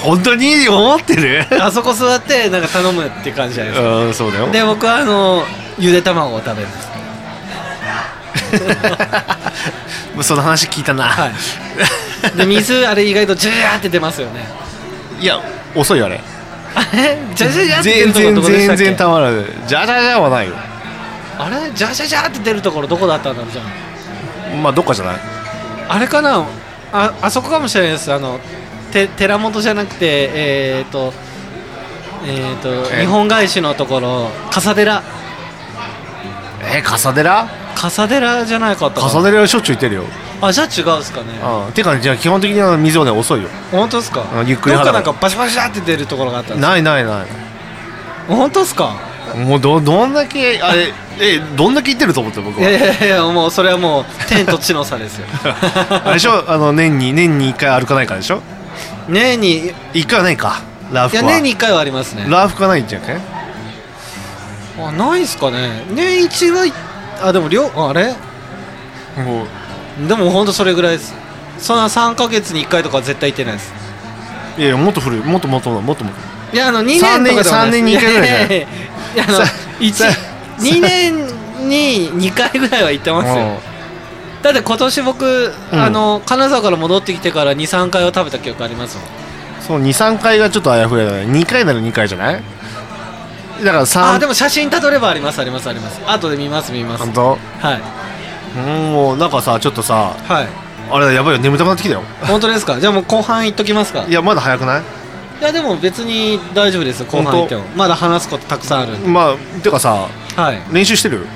Speaker 3: 本当に思っ てる
Speaker 2: あそこ座ってなんか頼むって感じじゃないですか
Speaker 3: うんそうだよ
Speaker 2: で僕はあのゆで卵を食べるんです
Speaker 3: もうその話聞いたな、
Speaker 2: はいで水あれ意外とジューって出ますよね
Speaker 3: い、や遅いよあれ
Speaker 2: あれジャジャジャって出
Speaker 3: 全
Speaker 2: るところ
Speaker 3: 然
Speaker 2: どこでした
Speaker 3: 全
Speaker 2: っけ
Speaker 3: 然たまらないじゃじゃじゃはないよ
Speaker 2: あれジャジャジャって出るところどこだったんだろうじゃん
Speaker 3: まあどっかじゃない
Speaker 2: あれかなああそこかもしれないですあのて寺本じゃなくてえっ、ー、とえっ、ー、と
Speaker 3: え
Speaker 2: 日本返しのところ笠寺
Speaker 3: え笠寺
Speaker 2: 笠寺じゃないかったかな
Speaker 3: 笠寺はしょっちゅう行ってるよ、
Speaker 2: あじゃあ違うですかね
Speaker 3: うん、てかねじゃあ基本的には水はね遅いよ
Speaker 2: 本当ですか
Speaker 3: あゆっくり
Speaker 2: どっ
Speaker 3: 払う
Speaker 2: かなんかバシバシだって出るところがあったんです
Speaker 3: ないないな
Speaker 2: 本当ですか
Speaker 3: いもうどどんだけあれえどんだけ行ってると思って僕
Speaker 2: いや
Speaker 3: はい
Speaker 2: やいやもうそれはもう天と地の差 ですよ
Speaker 3: あれでしょあの年に年に1回歩かないからでしょ
Speaker 2: 年にい
Speaker 3: 1回はないかラーフ
Speaker 2: や
Speaker 3: は
Speaker 2: 年に1回はありますね
Speaker 3: ラーフがないんじゃんかね
Speaker 2: あないっすかね年一はいあでも両あれ
Speaker 3: もう
Speaker 2: でも本当それぐらいですそんな3ヶ月に1回とかは絶対行ってないです
Speaker 3: いやいやもっと古いもっともっともっともっと
Speaker 2: いやあの2年とかでもない
Speaker 3: 三年に一回ぐらいじゃない
Speaker 2: や いやいやいやあの
Speaker 3: さ
Speaker 2: 一
Speaker 3: さ
Speaker 2: 2年に2回ぐらいは行ってますよだって今年僕、
Speaker 3: うん
Speaker 2: あの金沢から戻ってきてから23回は食べた記憶ありますもん
Speaker 3: そう23回がちょっとあやふやだね2回なら2回じゃないだから3
Speaker 2: あでも写真たどればありますありますあります後で見ます見ます
Speaker 3: 本当
Speaker 2: はい
Speaker 3: うんもうなんかさちょっとさ
Speaker 2: はい
Speaker 3: あれやばいよ眠たくなってきたよ
Speaker 2: 本当ですかじゃあもう後半いっときますか
Speaker 3: いやまだ早くない
Speaker 2: いやでも別に大丈夫ですよ後半いってもまだ話すことたくさんあるんで
Speaker 3: まあてかさ
Speaker 2: はい
Speaker 3: 練習してる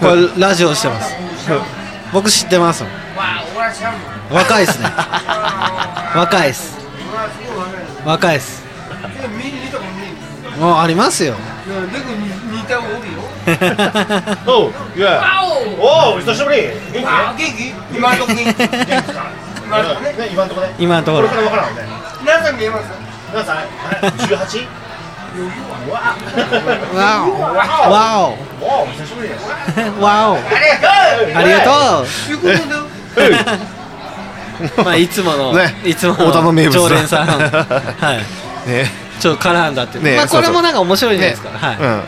Speaker 2: これラジオしてます僕知ってますもん若いっすね若いっす若いっすもうありますよ
Speaker 3: おういやおお久しぶりね今のとこね
Speaker 2: 今のところ
Speaker 3: ら分からんね何歳18
Speaker 2: わおわおわおありがとう
Speaker 3: え
Speaker 2: まあいつもの、
Speaker 3: ね
Speaker 2: いつも
Speaker 3: 大田の名物
Speaker 2: 常連 さん、はい、
Speaker 3: ね
Speaker 2: ちょっと絡んだっていう、
Speaker 3: ね
Speaker 2: まあこれ
Speaker 3: そうそ
Speaker 2: も
Speaker 3: う
Speaker 2: なんか面白いじゃないですか、
Speaker 3: ね
Speaker 2: はい、
Speaker 3: うん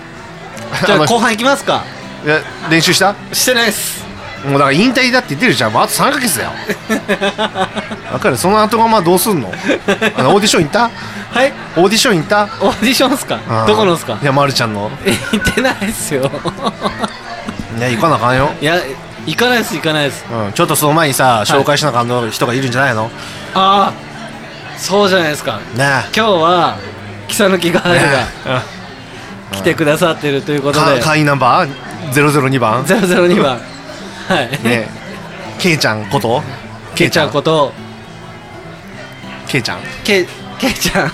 Speaker 2: じゃ
Speaker 3: あの
Speaker 2: あ後半いきますか
Speaker 3: いや練習した
Speaker 2: してないっす
Speaker 3: もうだから引退だって言ってるじゃんもうあと3ヶ 月だよわかるその後がまあどうすんのあのオーディション行った
Speaker 2: はい
Speaker 3: オーディション行った
Speaker 2: オーディションっすか
Speaker 3: うん
Speaker 2: どこのっすか
Speaker 3: いやまるちゃんの
Speaker 2: 行ってないっすよ
Speaker 3: いや行かなあかんよ
Speaker 2: いや行かないっす行かないっす
Speaker 3: うん、ちょっとその前にさ、
Speaker 2: い
Speaker 3: 紹介しなあかんの人がいるんじゃないのね
Speaker 2: ああそうじゃないですか
Speaker 3: え
Speaker 2: 今日は草抜きガールが
Speaker 3: ね
Speaker 2: 来てくださってるということ
Speaker 3: か
Speaker 2: で
Speaker 3: 会員ナンバー002番ね
Speaker 2: 002番 はい、
Speaker 3: えケイちゃんこと
Speaker 2: けいちゃんこと
Speaker 3: ケイちゃん
Speaker 2: けけいちゃん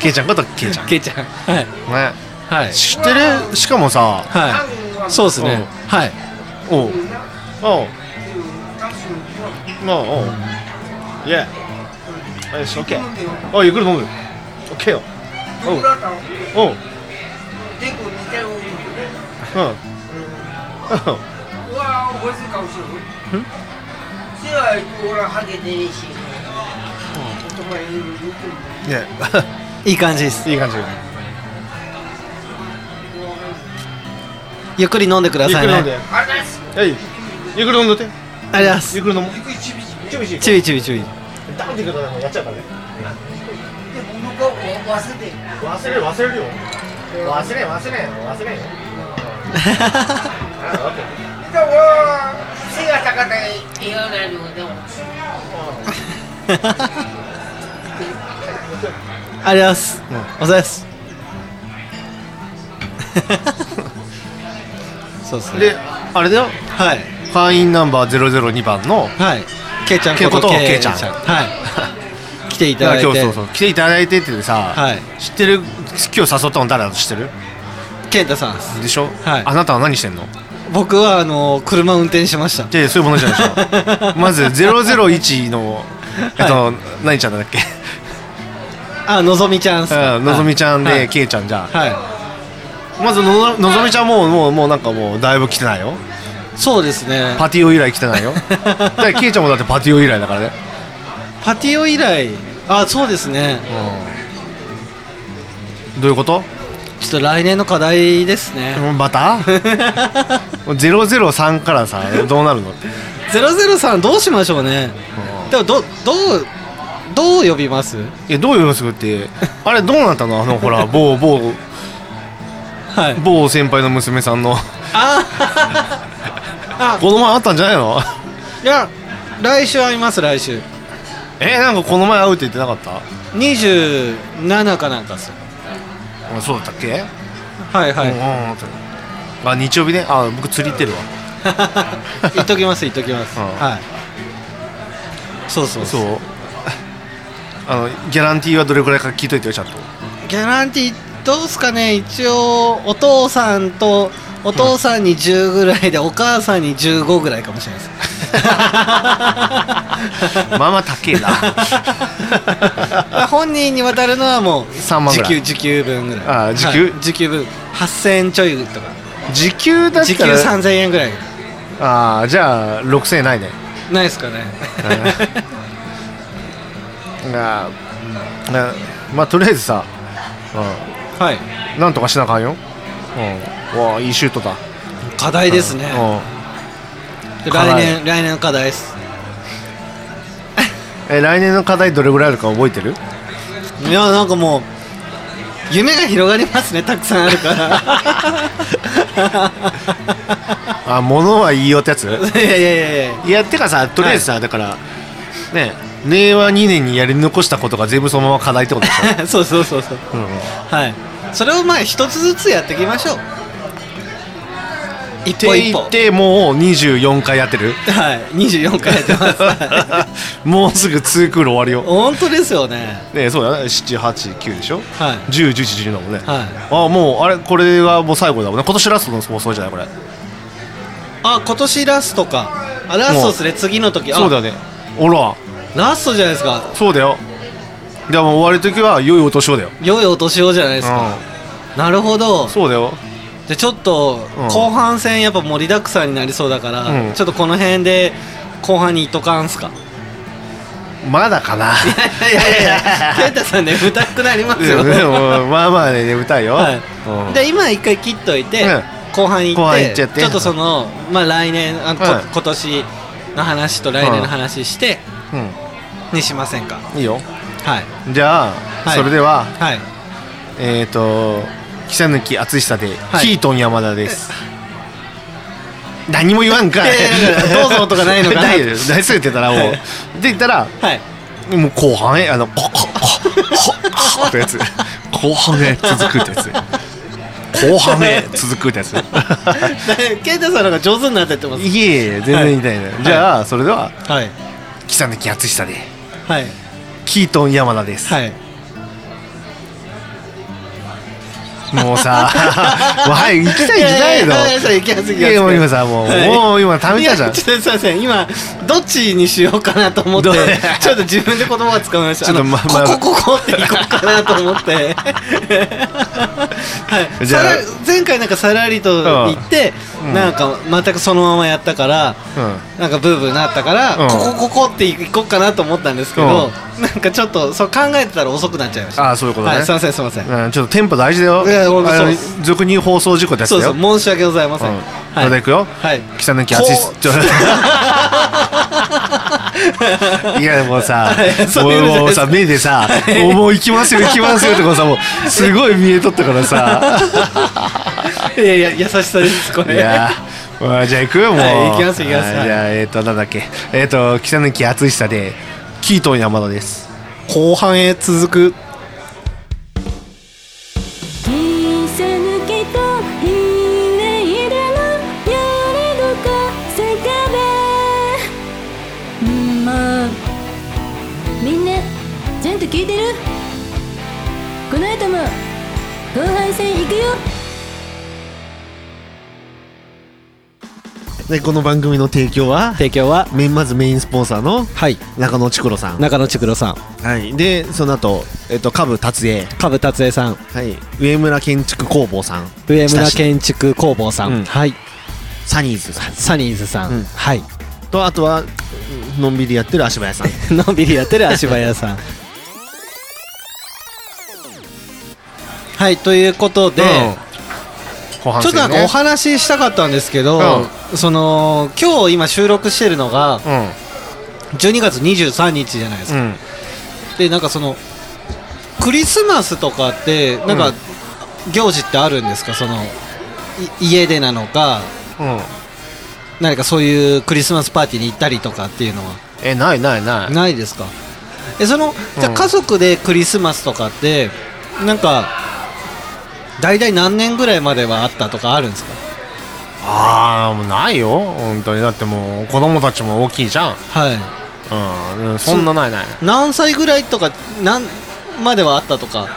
Speaker 3: ケイちゃんことケイ ちゃんね
Speaker 2: けいちゃんはいはい
Speaker 3: 知ってるしかもさ
Speaker 2: はいそうっすねはい
Speaker 3: おうおうおうおうイエーよしオッケーおうゆっくり飲むよオッケーよおうおううん いや
Speaker 2: いい感じです
Speaker 3: いい感じ
Speaker 2: ゆっくり飲んでくだ
Speaker 3: ゆっ
Speaker 2: さ
Speaker 3: く
Speaker 2: い
Speaker 3: り
Speaker 2: ね
Speaker 3: 飲んではいゆっくり飲んどって
Speaker 2: ありがとうございます
Speaker 3: ゆっくり飲もうちょいちょい
Speaker 2: ちびちびちび
Speaker 3: 食べてくださいやっちゃうからね忘れる忘れるよ忘れん忘れん忘れんよ
Speaker 2: ありがとうございます、おはよう
Speaker 3: うん
Speaker 2: ございますそうっすね
Speaker 3: であれだよ
Speaker 2: はい
Speaker 3: 会員ナンバー002番の
Speaker 2: はいけいちゃん
Speaker 3: けい
Speaker 2: こ
Speaker 3: ことと
Speaker 2: けいちゃん
Speaker 3: けいちゃん
Speaker 2: はい来ていた
Speaker 3: だか
Speaker 2: だい
Speaker 3: ら今
Speaker 2: て
Speaker 3: 日そうそう来ていただいてってさ、
Speaker 2: はい
Speaker 3: 知ってる今日誘ったの誰だと知ってる
Speaker 2: 健太さんです
Speaker 3: でしょ、
Speaker 2: はい
Speaker 3: あなたは何してんの
Speaker 2: 僕はあの車運転しました
Speaker 3: でそういうものじゃな いでしょまず001のえっと、何ちゃんだっけ
Speaker 2: あのぞみちゃんっすか
Speaker 3: うんのぞみちゃんで、
Speaker 2: はい
Speaker 3: けいちゃんじゃん
Speaker 2: はい、
Speaker 3: まずのぞのぞみちゃんもうもうもうなんかもうだいぶ来てないよ
Speaker 2: そうですね
Speaker 3: パティオ以来来てな いよだからけいちゃんもだってパティオ以来だからね
Speaker 2: パティオ以来あそうですね
Speaker 3: どういうこと
Speaker 2: ちょっと来年の課題ですね、
Speaker 3: また ?003 からさどうなるのって
Speaker 2: ゼロゼロさんどうしましょうね。でもどどうどう呼びます？
Speaker 3: いやどういうのするってあれどうなったのあのほら某某
Speaker 2: はい。
Speaker 3: 某先輩の娘さんの
Speaker 2: あーあ。
Speaker 3: この前あったんじゃないの
Speaker 2: いや来週会います来週。
Speaker 3: えなんかこの前会うって言ってなかった
Speaker 2: 二十七かなんかっすよ。
Speaker 3: あそうだったっけ、
Speaker 2: はいは
Speaker 3: う
Speaker 2: い。
Speaker 3: んうんうんあ日曜日ねあ僕釣り行ってるわ
Speaker 2: 言っときます言っときます。
Speaker 3: うん
Speaker 2: はい。そうそう
Speaker 3: そう
Speaker 2: う。
Speaker 3: あのギャランティーはどれくらいか聞いといてよち ゃんと
Speaker 2: ギャランティーどうすかね一応お父さんとお父さんに10ぐらいでお母さんに15ぐらいかもしれない です。
Speaker 3: まあまあ高え な
Speaker 2: 本人に渡るのはもう
Speaker 3: 3万ぐらい
Speaker 2: 時給時給分ぐらい
Speaker 3: あー時給
Speaker 2: はい時給分8000円ちょいとか
Speaker 3: 時給だったら
Speaker 2: 時給3000円ぐらい
Speaker 3: ああじゃあ6000円ないね
Speaker 2: ないですかね
Speaker 3: あーなまあとりあえずさ、
Speaker 2: はい
Speaker 3: うん、なんとかしなあかんよ、うん、わあいいシュートだ
Speaker 2: 課題ですね
Speaker 3: う
Speaker 2: で
Speaker 3: 課
Speaker 2: 来
Speaker 3: 題
Speaker 2: 年来年の課題です
Speaker 3: ん、え来年の課題どれぐらいあるか覚えてる
Speaker 2: いやなんかもう夢が広がりますねたくさんあるから
Speaker 3: あ物はいいよって やつ
Speaker 2: いやいやいやいや
Speaker 3: いやてかさとりあえずさ、だからね令和2年にやり残したことが全部そのまま課題ってことでし
Speaker 2: そうそうそうそう
Speaker 3: ょ、うん
Speaker 2: はいそれをまあ一つずつやっていきましょう
Speaker 3: っ
Speaker 2: 一
Speaker 3: て
Speaker 2: 歩一
Speaker 3: 言
Speaker 2: 歩
Speaker 3: ってもう24回やって る
Speaker 2: はい24回やってますはい
Speaker 3: もうすぐ2クール終わるよ
Speaker 2: 本当ですよね
Speaker 3: ねそうだね789でしょ、
Speaker 2: はい
Speaker 3: 10、11、12だもんね、
Speaker 2: はい
Speaker 3: あもうあれこれはもう最後だもんね今年ラストの放送じゃないこれ
Speaker 2: あ今年ラストかあラストですね次の時あ
Speaker 3: そうだよねほら
Speaker 2: ラストじゃないですか
Speaker 3: そうだよでもう終わる時は良いお年をだよ、
Speaker 2: 良いお年をじゃないですか、
Speaker 3: う
Speaker 2: なるほど
Speaker 3: ん、そうだよ
Speaker 2: じゃあちょっと
Speaker 3: うん
Speaker 2: 後半戦やっぱ盛りだくさんになりそうだから、
Speaker 3: うん
Speaker 2: ちょっとこの辺で後半にいっとかんすか
Speaker 3: まだか
Speaker 2: い
Speaker 3: な
Speaker 2: やいやいや 健太さん眠たくなります
Speaker 3: で
Speaker 2: よ
Speaker 3: もでもまあまあね眠たいよ、
Speaker 2: はい
Speaker 3: うん
Speaker 2: で今一回切っといて、
Speaker 3: うん
Speaker 2: 後半行って
Speaker 3: 後半行っちゃって
Speaker 2: ょっとその、まあ、来年あ、こ
Speaker 3: はい
Speaker 2: 今年の話と来年の話して、にしませんか
Speaker 3: うん、いいよ
Speaker 2: はい
Speaker 3: じゃあ、
Speaker 2: はい
Speaker 3: それでは
Speaker 2: はい
Speaker 3: えっ、ー、と木佐貫敦久で、
Speaker 2: い
Speaker 3: キートン山田です何も言わんかい
Speaker 2: いやいやいやどうぞとかないのかな
Speaker 3: ないよ 大すぎてたらもう、
Speaker 2: はい
Speaker 3: で言ったら
Speaker 2: はい
Speaker 3: もう後半へあのコココココってやつ後半へ続くってやつ後半へ続くってやつ
Speaker 2: 健太さんの方が上手になってってます
Speaker 3: いえいえ全然言いたいね、
Speaker 2: い
Speaker 3: じゃあそれでは
Speaker 2: はい
Speaker 3: 木佐貫敦久で
Speaker 2: はい
Speaker 3: キートン山田です、
Speaker 2: はい
Speaker 3: も うさわい行きたいんじゃないの
Speaker 2: ややや行きます行きます
Speaker 3: いやもう今さもうもう今ためたじゃん
Speaker 2: いやちょっとすいません今どっちにしようかなと思って
Speaker 3: どう
Speaker 2: ちょっと自分で言葉が使いました
Speaker 3: ちょっとま
Speaker 2: あの
Speaker 3: ま
Speaker 2: ここここって行こうかなと思って はい
Speaker 3: じゃあ
Speaker 2: さら前回なんかさらりと言って、
Speaker 3: うん
Speaker 2: なんか全くそのままやったから、
Speaker 3: うん
Speaker 2: なんかブーブーなったから、
Speaker 3: うん
Speaker 2: ここここって行こうかなと思ったんですけど、なんかちょっとそう考えてたら遅くなっちゃいました
Speaker 3: ああそういうことね、
Speaker 2: はいすいませんすいません、
Speaker 3: うん、ちょっとテンポ大事だよ
Speaker 2: いやほんとそう
Speaker 3: あの俗に言う放送事故です
Speaker 2: そう
Speaker 3: よ
Speaker 2: そう申し訳ございません、
Speaker 3: うん
Speaker 2: は
Speaker 3: それでいくよ
Speaker 2: はい
Speaker 3: 北抜き厚いっす
Speaker 2: こう
Speaker 3: ち ょいやも うさ
Speaker 2: はいそういうのじゃないです
Speaker 3: もうもうさ目でさ「おもう行きますよ行きますよ」とかさもうすごい見えとったからさ
Speaker 2: いやいや優しさですこ
Speaker 3: い
Speaker 2: れ
Speaker 3: やまあじゃあ行くよもう、
Speaker 2: はい行きます行きます
Speaker 3: はいじゃあえっ、となんだっけえっ、と北抜き厚さでキートン山田です後半へ続く
Speaker 5: 「切抜きとひねいでの揺れる風がんまあみんなちゃんと聞いてるこの後も後半戦いくよ
Speaker 6: でこの番組の提供は
Speaker 2: 提供は
Speaker 6: メインまずメインスポンサーの
Speaker 2: はい
Speaker 6: 中野千黒さん、
Speaker 2: 中野千黒さん
Speaker 6: はい、でその後、えっと下部達也、
Speaker 2: 株達也さん
Speaker 6: はい、上村建築工房さん
Speaker 2: 上村
Speaker 6: 親しい
Speaker 2: 建築工房さん、
Speaker 6: うん
Speaker 2: はい
Speaker 6: サニーズさん
Speaker 2: サニーズさん、
Speaker 6: うん
Speaker 2: はい
Speaker 6: とあとはうんのんびりやってる足早さん
Speaker 2: のんびりやってる足早さんはいということで、
Speaker 3: うん後半
Speaker 2: ちょっ
Speaker 3: 戦
Speaker 2: となんかお
Speaker 3: ね
Speaker 2: 話ししたかったんですけど、その今日今収録してるのが12月23日じゃないです
Speaker 3: う
Speaker 2: か、
Speaker 3: んうん
Speaker 2: でなんかそのクリスマスとかってなんか、
Speaker 3: うん
Speaker 2: 行事ってあるんですかそのい家でなのか
Speaker 3: うん
Speaker 2: 何かそういうクリスマスパーティーに行ったりとかっていうのは
Speaker 3: えないないない
Speaker 2: ないですかえそのじゃあ
Speaker 3: うん
Speaker 2: 家族でクリスマスとかってなんか大体何年ぐらいまではあったとかあるんですか
Speaker 3: ああもうないよ本当にだってもう子供たちも大きいじゃん
Speaker 2: はい
Speaker 3: うんうんそんなないない
Speaker 2: 何歳ぐらいとか何まではあったとか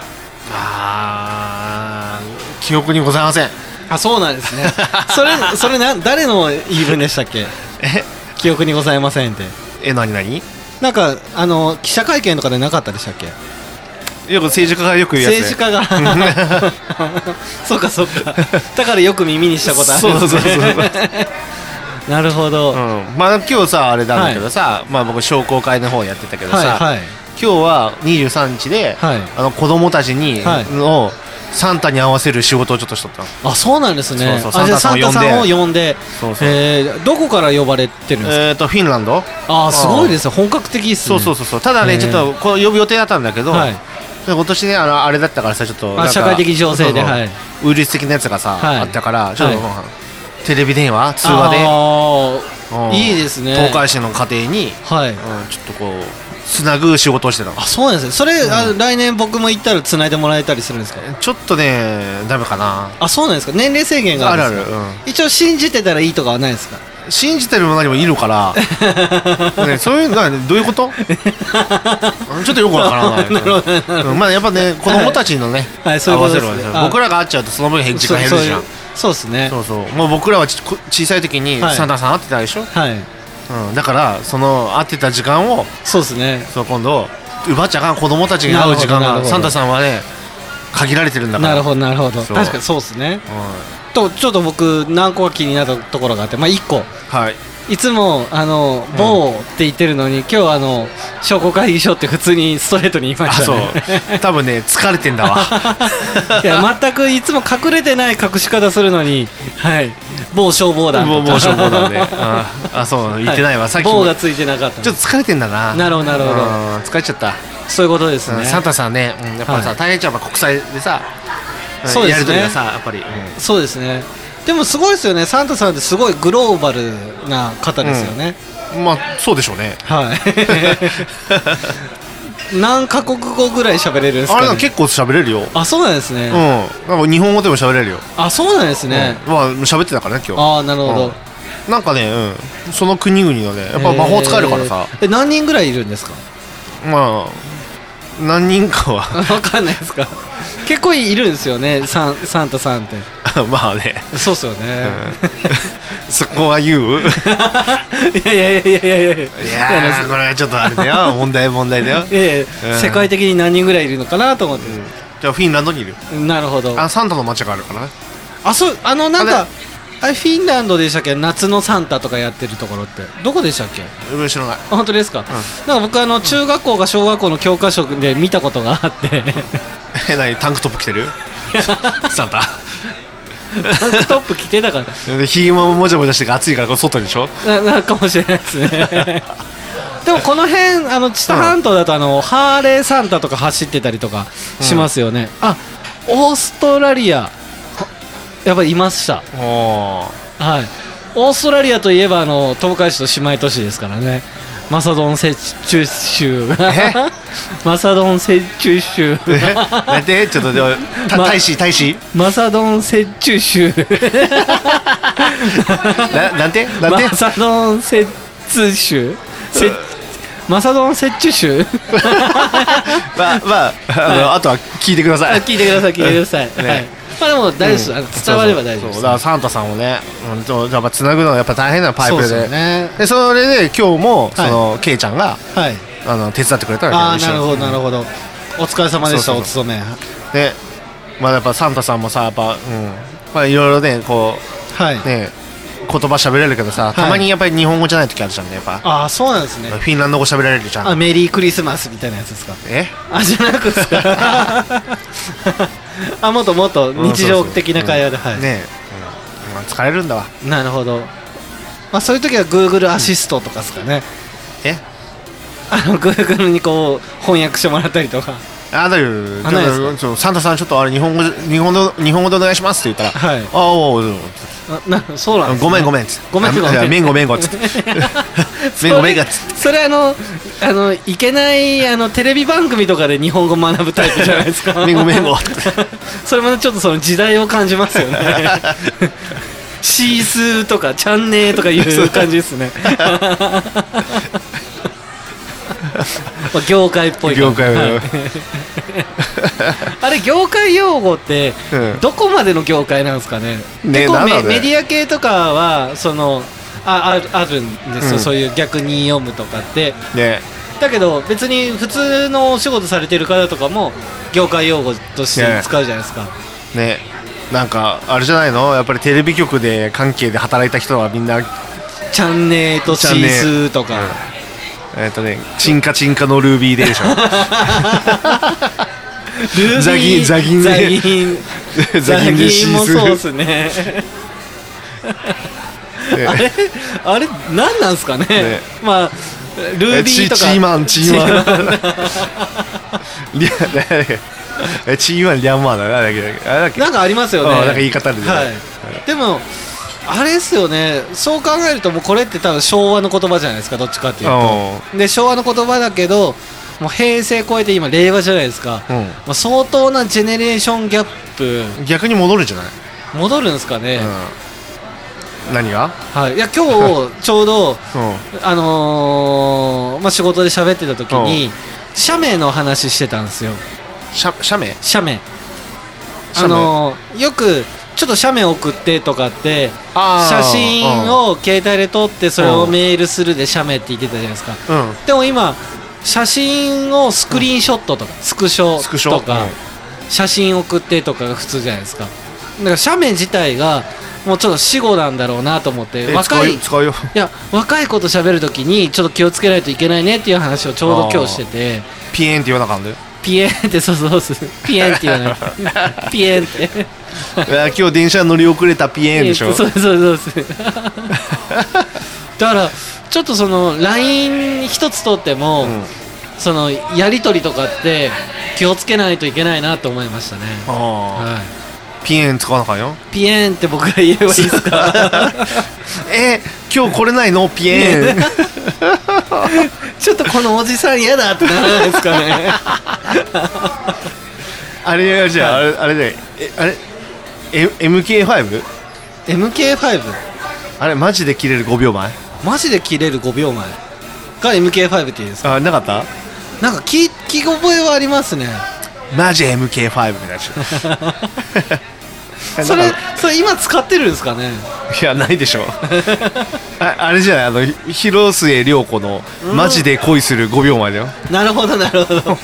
Speaker 3: あー記憶にございません
Speaker 2: あそうなんですね それそれな誰の言い分でしたっけ
Speaker 3: え
Speaker 2: 記憶にございませんって
Speaker 3: え何何
Speaker 2: なんかあの記者会見とかでなかったでしたっけ
Speaker 3: よく政治家がよく言うやつ、ね、
Speaker 2: 政治家が そうかそうかだからよく耳にしたことあるんですね
Speaker 3: そうそうそう
Speaker 2: なるほど、
Speaker 3: う
Speaker 2: はい
Speaker 3: んまあ今日さあれなんだけどさ、まあ僕商工会の方やってたけどさ、
Speaker 2: はい
Speaker 3: 今日は23日で、
Speaker 2: はい
Speaker 3: あの子供たちに、
Speaker 2: はい
Speaker 3: のサンタに合わせる仕事をちょっとしとったの
Speaker 2: あそうなんですね
Speaker 3: そうそう
Speaker 2: あじゃあサ
Speaker 3: サ
Speaker 2: ン
Speaker 3: ン
Speaker 2: タ
Speaker 3: タ
Speaker 2: さ
Speaker 3: さ
Speaker 2: ん
Speaker 3: ん
Speaker 2: を
Speaker 3: を
Speaker 2: 呼んで
Speaker 3: そうそう
Speaker 2: えーどこから呼ばれてるんですか、
Speaker 3: えっ、とフィンランド
Speaker 2: あーすごいですね本格的です
Speaker 3: そ
Speaker 2: ね
Speaker 3: うそうそうそうただね、
Speaker 2: へー
Speaker 3: ちょっとこう呼ぶ予定だったんだけど、
Speaker 2: はい
Speaker 3: 今年ねあのあれだったからさちょっと
Speaker 2: あ
Speaker 3: なんか
Speaker 2: 社会的情勢で
Speaker 3: そうそ
Speaker 2: は
Speaker 3: う
Speaker 2: い
Speaker 3: ウイルス的なやつがさ、
Speaker 2: はい
Speaker 3: あったからちょっと、
Speaker 2: は
Speaker 3: テレビ電話通話
Speaker 2: あ
Speaker 3: で、
Speaker 2: ー
Speaker 3: うん
Speaker 2: いいですね
Speaker 3: 東海市の家庭に、うん、
Speaker 2: はい
Speaker 3: ちょっとこうつなぐ仕事をしてたの
Speaker 2: あそうなんですねそれ、あ来年僕も行ったら繋いでもらえたりするんですか
Speaker 3: ちょっとねダメかな
Speaker 2: あそうなんですか年齢制限があ
Speaker 3: ある
Speaker 2: る
Speaker 3: あ
Speaker 2: ん
Speaker 3: る、
Speaker 2: ですか
Speaker 3: う
Speaker 2: 一応信じてたらいいとかはない ですか
Speaker 3: ん、信じてるも何もいる からねそういうのはどういうことうんちょっとよくわからな い
Speaker 2: なるほどなるほど
Speaker 3: うんまあやっぱね子供たちのね、
Speaker 2: はいそういう
Speaker 3: 合
Speaker 2: こと
Speaker 3: わせ
Speaker 2: です
Speaker 3: る
Speaker 2: ね
Speaker 3: わけですよ
Speaker 2: あ
Speaker 3: 僕らが会っちゃうとその分返事が減るじゃん
Speaker 2: そうそうですね
Speaker 3: そうそうもう僕らはちこ小さい時に
Speaker 2: はい
Speaker 3: サンタさん会ってたでしょ、
Speaker 2: はい
Speaker 3: うん、だからその会ってた時間を
Speaker 2: そうですね
Speaker 3: そう今度奪っちゃあかん子供たちに会う時間
Speaker 2: なるほどなるほ
Speaker 3: が
Speaker 2: ど
Speaker 3: サンタさんはね限られてるんだから
Speaker 2: なるほどなるほど
Speaker 3: そう
Speaker 2: 確かにそうですね
Speaker 3: ど、うん
Speaker 2: とちょっと僕何個か気になったところがあってまあ1個
Speaker 3: はい
Speaker 2: いつもあの某って言ってるのに、今日あの商工会議所って普通にストレートに言いま
Speaker 3: あ
Speaker 2: した
Speaker 3: そう
Speaker 2: ね。
Speaker 3: 多分ね疲れてんだわ
Speaker 2: いや全くいつも隠れてない隠し方するのに、はい、某消防団とか
Speaker 3: もうもう消 防団でああそう言ってないわ、
Speaker 2: は
Speaker 3: さっき
Speaker 2: 某
Speaker 3: も
Speaker 2: がついてなかった。
Speaker 3: ちょっと疲れてんだな
Speaker 2: なるほどなるほど
Speaker 3: うん疲れちゃった、
Speaker 2: そういうことです
Speaker 3: うん
Speaker 2: ね。
Speaker 3: サンタさんね、うんやっぱさ、
Speaker 2: はい
Speaker 3: 大変じゃんやっぱ国際でさん
Speaker 2: そうですね
Speaker 3: やりとりがさやっぱり、うん
Speaker 2: そうですね。でもすごいですよね。サンタさんってすごいグローバルな方ですよね。
Speaker 3: まあそうでしょうね。
Speaker 2: はい。何カ国語ぐらい喋れるんです
Speaker 3: あれ
Speaker 2: か、
Speaker 3: なんか
Speaker 2: ね。
Speaker 3: 結構喋れるよ。
Speaker 2: あ、そうなんですね。
Speaker 3: うん。なんか日本語でも喋れるよ。
Speaker 2: あ、そうなんですね。
Speaker 3: うんまあ喋ってたからね今日。
Speaker 2: ああ、なるほど。
Speaker 3: なんかね、うん。その国々のね、やっぱ魔法使えるからさ、
Speaker 2: えー。え、何人ぐらいいるん ですか。
Speaker 3: まあ何人かは
Speaker 2: わかんないですか。結構いるんですよね。サン、サンタさんって。
Speaker 3: まあね。
Speaker 2: そうっすよね。
Speaker 3: そこは言うい
Speaker 2: いやいやいやいやいやいや。
Speaker 3: やーこれはちょっとあれだ よ問題問題だよ
Speaker 2: え
Speaker 3: うん
Speaker 2: 世界的に何人ぐらいいるのかなと思って、
Speaker 3: じゃあフィンランドにいるよ
Speaker 2: なるほど
Speaker 3: あサンタの街があるからね
Speaker 2: あそうあのなん
Speaker 3: あ
Speaker 2: かあれフィンランドでしたっけ夏のサンタとかやってるところってどこでしたっけ
Speaker 3: うん知らない
Speaker 2: あ本当ですか、なんか僕あの中学校が小学校の教科書で見たことがあって
Speaker 3: え何タンクトップ着 てるサンタ
Speaker 2: タンクトップ着てたか
Speaker 3: でひげももじゃもじゃしてて暑いからこれ外でしょ
Speaker 2: らななん かもしれないですね でもこの辺あの知多半島だとあの、ハーレーサンタとか走ってたりとかしますよね、あオーストラリアやっぱりいました
Speaker 3: おー
Speaker 2: はい、オーストラリアといえばあの東海市と姉妹都市ですからねマサドンセ中州が
Speaker 3: え
Speaker 2: マサドンセ中州
Speaker 3: え待ってちょっとでもた
Speaker 2: ま
Speaker 3: 大使大使
Speaker 2: マサドンセ中州
Speaker 3: ななんてなん
Speaker 2: マ
Speaker 3: て
Speaker 2: サドンセ通州せマサドンセ中 州
Speaker 3: まあまああのあとは聞いてくだ
Speaker 2: あ
Speaker 3: さい
Speaker 2: 聞いてください聞いてください、
Speaker 3: ね
Speaker 2: はい、まあでも大丈夫です、あの伝われば大丈夫
Speaker 3: そう
Speaker 2: で
Speaker 3: そ
Speaker 2: す
Speaker 3: うだからサンタさんをねうんとやっぱつなぐのはやっぱ大変なのパイプ
Speaker 2: そうです
Speaker 3: で
Speaker 2: よね
Speaker 3: でそれで今日もそのケイちゃんが
Speaker 2: はい
Speaker 3: あの手伝ってくれた
Speaker 2: あ
Speaker 3: わ
Speaker 2: あ
Speaker 3: けよ
Speaker 2: なるほどなるほどお疲れ様でした
Speaker 3: そうそう
Speaker 2: お勤め
Speaker 3: でまあやっぱサンタさんもさやっぱうんまあいろいろねこ
Speaker 2: はいう
Speaker 3: ね言葉喋れるけどさたまにやっぱり日本語じゃない時あるじゃんねやっぱ
Speaker 2: ああそうなんですね
Speaker 3: フィンランド語喋られるじゃ
Speaker 2: あ
Speaker 3: ん
Speaker 2: メリークリスマスみたいなやつですか
Speaker 3: え
Speaker 2: あじゃなくっす かあもっともっと日常的な会話で、
Speaker 3: うんそうそう
Speaker 2: はい、
Speaker 3: ねえ、うんまあ疲れるんだわ
Speaker 2: なるほど、まあ、そういう時は Google アシストとかですかね、
Speaker 3: え
Speaker 2: あの Google にこう翻訳してもらったりとか
Speaker 3: あだよ
Speaker 2: あないですか
Speaker 3: ちょっとサンタさんちょっとあれ日本語じ日本の日本語でお願いしますって言ったら
Speaker 2: はい
Speaker 3: あおうおう
Speaker 2: ななそうなんですね、
Speaker 3: ごめんごめんっつって
Speaker 2: ごめんごめん
Speaker 3: あいやめんごめんごっつってめんごめんごっつって
Speaker 2: それあのあのいけないあのテレビ番組とかで日本語学ぶタイプじゃないです か
Speaker 3: めんごめんごっつって
Speaker 2: それもちょっとその時代を感じますよ ねシースーとかチャンネーとかいう感じです ねまあ業界っぽい
Speaker 3: 業界
Speaker 2: は
Speaker 3: を
Speaker 2: いあれ業界用語って
Speaker 3: うん
Speaker 2: どこまでの業界なんですかね結
Speaker 3: ね
Speaker 2: 構
Speaker 3: なんだ
Speaker 2: メ
Speaker 3: ろうね
Speaker 2: メディア系とかはそのああるあるんですよ、
Speaker 3: うん
Speaker 2: そういう逆に読むとかって
Speaker 3: ね
Speaker 2: だけど別に普通のお仕事されてる方とかも業界用語として使うじゃないですか、
Speaker 3: ねなんかあれじゃないのやっぱりテレビ局で関係で働いた人はみんな
Speaker 2: チャンネーとシースーと か、
Speaker 3: えっ、とねチンカチンカのルービーででしょ
Speaker 2: ルービー
Speaker 3: ザギンザギン
Speaker 2: ザギン
Speaker 3: ザギンでシ
Speaker 2: も
Speaker 3: ース
Speaker 2: そうっすね
Speaker 3: ね
Speaker 2: あれあれ何なんすかね
Speaker 3: ね
Speaker 2: まあルービーとか
Speaker 3: チチーマンチーマン
Speaker 2: チ
Speaker 3: リャなんだっけえチーマンリャンマンだなあれだっけあれだっ け
Speaker 2: なんかありますよね
Speaker 3: うんなんか言い方あるね
Speaker 2: はい、でもあれですよねそう考えるともうこれって多分昭和の言葉じゃないですかどっちかっていうとで昭和の言葉だけどもう平成超えて今令和じゃないですか、
Speaker 3: うん
Speaker 2: もう相当なジェネレーションギャップ
Speaker 3: 逆に戻るんじゃない、
Speaker 2: 戻るんですかね、
Speaker 3: うん、何が、
Speaker 2: はい、いや今 日ちょうど
Speaker 3: う
Speaker 2: あのーまあ、仕事で喋ってた時に社名の話してたんですよ
Speaker 3: ん、社社名
Speaker 2: 社名
Speaker 3: 社名
Speaker 2: あのーよくちょっと写メ送ってとかって
Speaker 3: あー
Speaker 2: 写真を携帯で撮ってそれをメールするで写メって言ってたじゃないですか
Speaker 3: うん
Speaker 2: でも今写真をスクリーンショットとか、スクシ
Speaker 3: スクショ
Speaker 2: ョとか
Speaker 3: うん
Speaker 2: 写真送ってとかが普通じゃないですかから斜面自体がもうちょっと死後なんだろうなと思って
Speaker 3: え
Speaker 2: 若いい
Speaker 3: 使う よ使うよ
Speaker 2: や若い子と喋るときにちょっと気をつけないといけないねっていう話をちょうど今日してて
Speaker 3: ピエーンって言わなあかんで
Speaker 2: ピエンってそうそうそうピエンって言わないピエンって
Speaker 3: いや今日電車乗り遅れたピエーンでし
Speaker 2: え
Speaker 3: ょ
Speaker 2: っとそうそう そうそうだからちょっとその LINE 一つとっても、
Speaker 3: ん
Speaker 2: そのやり取りとかって気をつけないといけないなと思いましたね、
Speaker 3: あ
Speaker 2: は
Speaker 3: ーピエーン使わなあかんよ
Speaker 2: い、ピエーンって僕が言えばいいですか
Speaker 3: え今日来れないのピエーン
Speaker 2: ちょっとこのおじさん嫌だってならないですかね
Speaker 3: あれやじゃああれあれでえあれえ MK5?
Speaker 2: MK5
Speaker 3: あれマジで切れる5秒前
Speaker 2: マジで切れる5秒前が MK5 っていうんですか
Speaker 3: あなかった
Speaker 2: なんか聞聞き覚えはあります ね
Speaker 3: マジ MK5 みたいなやつ
Speaker 2: それ
Speaker 3: なんか
Speaker 2: それ今使ってるんですかね
Speaker 3: いやないで しょああれじゃないあのひ広末涼子のマジで恋する5秒前だよ
Speaker 2: なるほどなるほども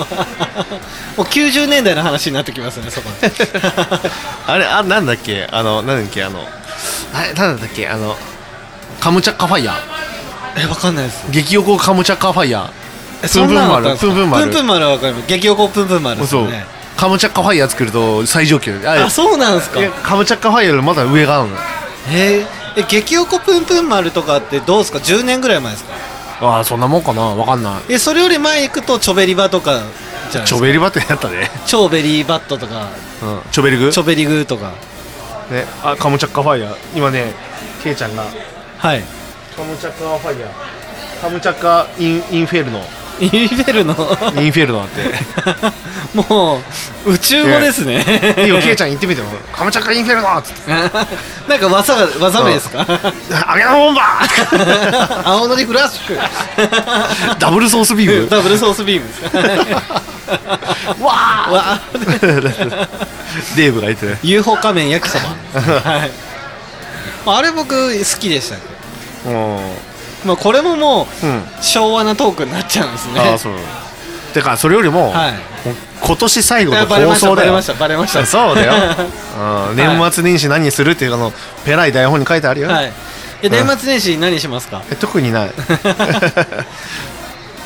Speaker 2: う90年代の話になってきますねそこ
Speaker 3: あれあなんだっけあのなんだっけあのあれなんだっけあのカムチャッカファイヤー
Speaker 2: えわかんないです
Speaker 3: 激横カムチャッカファイヤ
Speaker 2: え
Speaker 3: ープンプン
Speaker 2: あったん
Speaker 3: 丸
Speaker 2: です
Speaker 3: プ
Speaker 2: か
Speaker 3: ンプン
Speaker 2: プ
Speaker 3: 丸
Speaker 2: ンプン丸はわかります激おこぷんぷん丸です
Speaker 3: そ
Speaker 2: よ
Speaker 3: う
Speaker 2: ね
Speaker 3: カムチャッカファイヤー作ると最上級であ
Speaker 2: あそうなんですか
Speaker 3: い
Speaker 2: え
Speaker 3: やカムチャッカファイヤーよりまだ上がある
Speaker 2: ー
Speaker 3: の
Speaker 2: え激おこぷんぷん丸とかってどうですか10年ぐらい前ですか
Speaker 3: ああそんなもんかなわかんない
Speaker 2: えそれより前行くとチョベリバとかじゃないで
Speaker 3: チ
Speaker 2: す
Speaker 3: ョ
Speaker 2: か
Speaker 3: ベリバットやったで、
Speaker 2: チョベリーバットとか
Speaker 3: うん、チョベリグ
Speaker 2: チョベリグーとか
Speaker 3: ね、あカムチャッカファイヤー今ねケイちゃんが
Speaker 2: はい
Speaker 3: カムチャッカファイヤーカムチャッカインインフェルノ
Speaker 2: インベル の
Speaker 3: インフェルノだ っ
Speaker 2: もう宇宙語ですね
Speaker 3: ていいよケイちゃん言ってみてもカムチャッカインフェルノっつって
Speaker 2: なんか技が技名ですか
Speaker 3: 揚げのボンバー
Speaker 2: 青のりフラッシュ
Speaker 3: ダブルソースビーム
Speaker 2: ダブルソースビームです
Speaker 3: わ あ
Speaker 2: わあ
Speaker 3: デーブが言ってる
Speaker 2: UFO 仮面焼きそばはいあれ僕好きでしたね
Speaker 3: う
Speaker 2: まあこれもも
Speaker 3: ん、うん、
Speaker 2: う昭和なトークになっちゃうんですね
Speaker 3: ああそうてかそれよりも、
Speaker 2: はい
Speaker 3: もう今年最後
Speaker 2: い
Speaker 3: の
Speaker 2: やバレ
Speaker 3: 放
Speaker 2: ました
Speaker 3: 送
Speaker 2: バ
Speaker 3: だ
Speaker 2: レ
Speaker 3: よ
Speaker 2: ましたバレました
Speaker 3: そ うだようん、
Speaker 2: は
Speaker 3: 年末年始何するっていうあのペライ台本に書いてあるよ、
Speaker 2: はいえ年末年始何しますか
Speaker 3: え特に ない
Speaker 2: い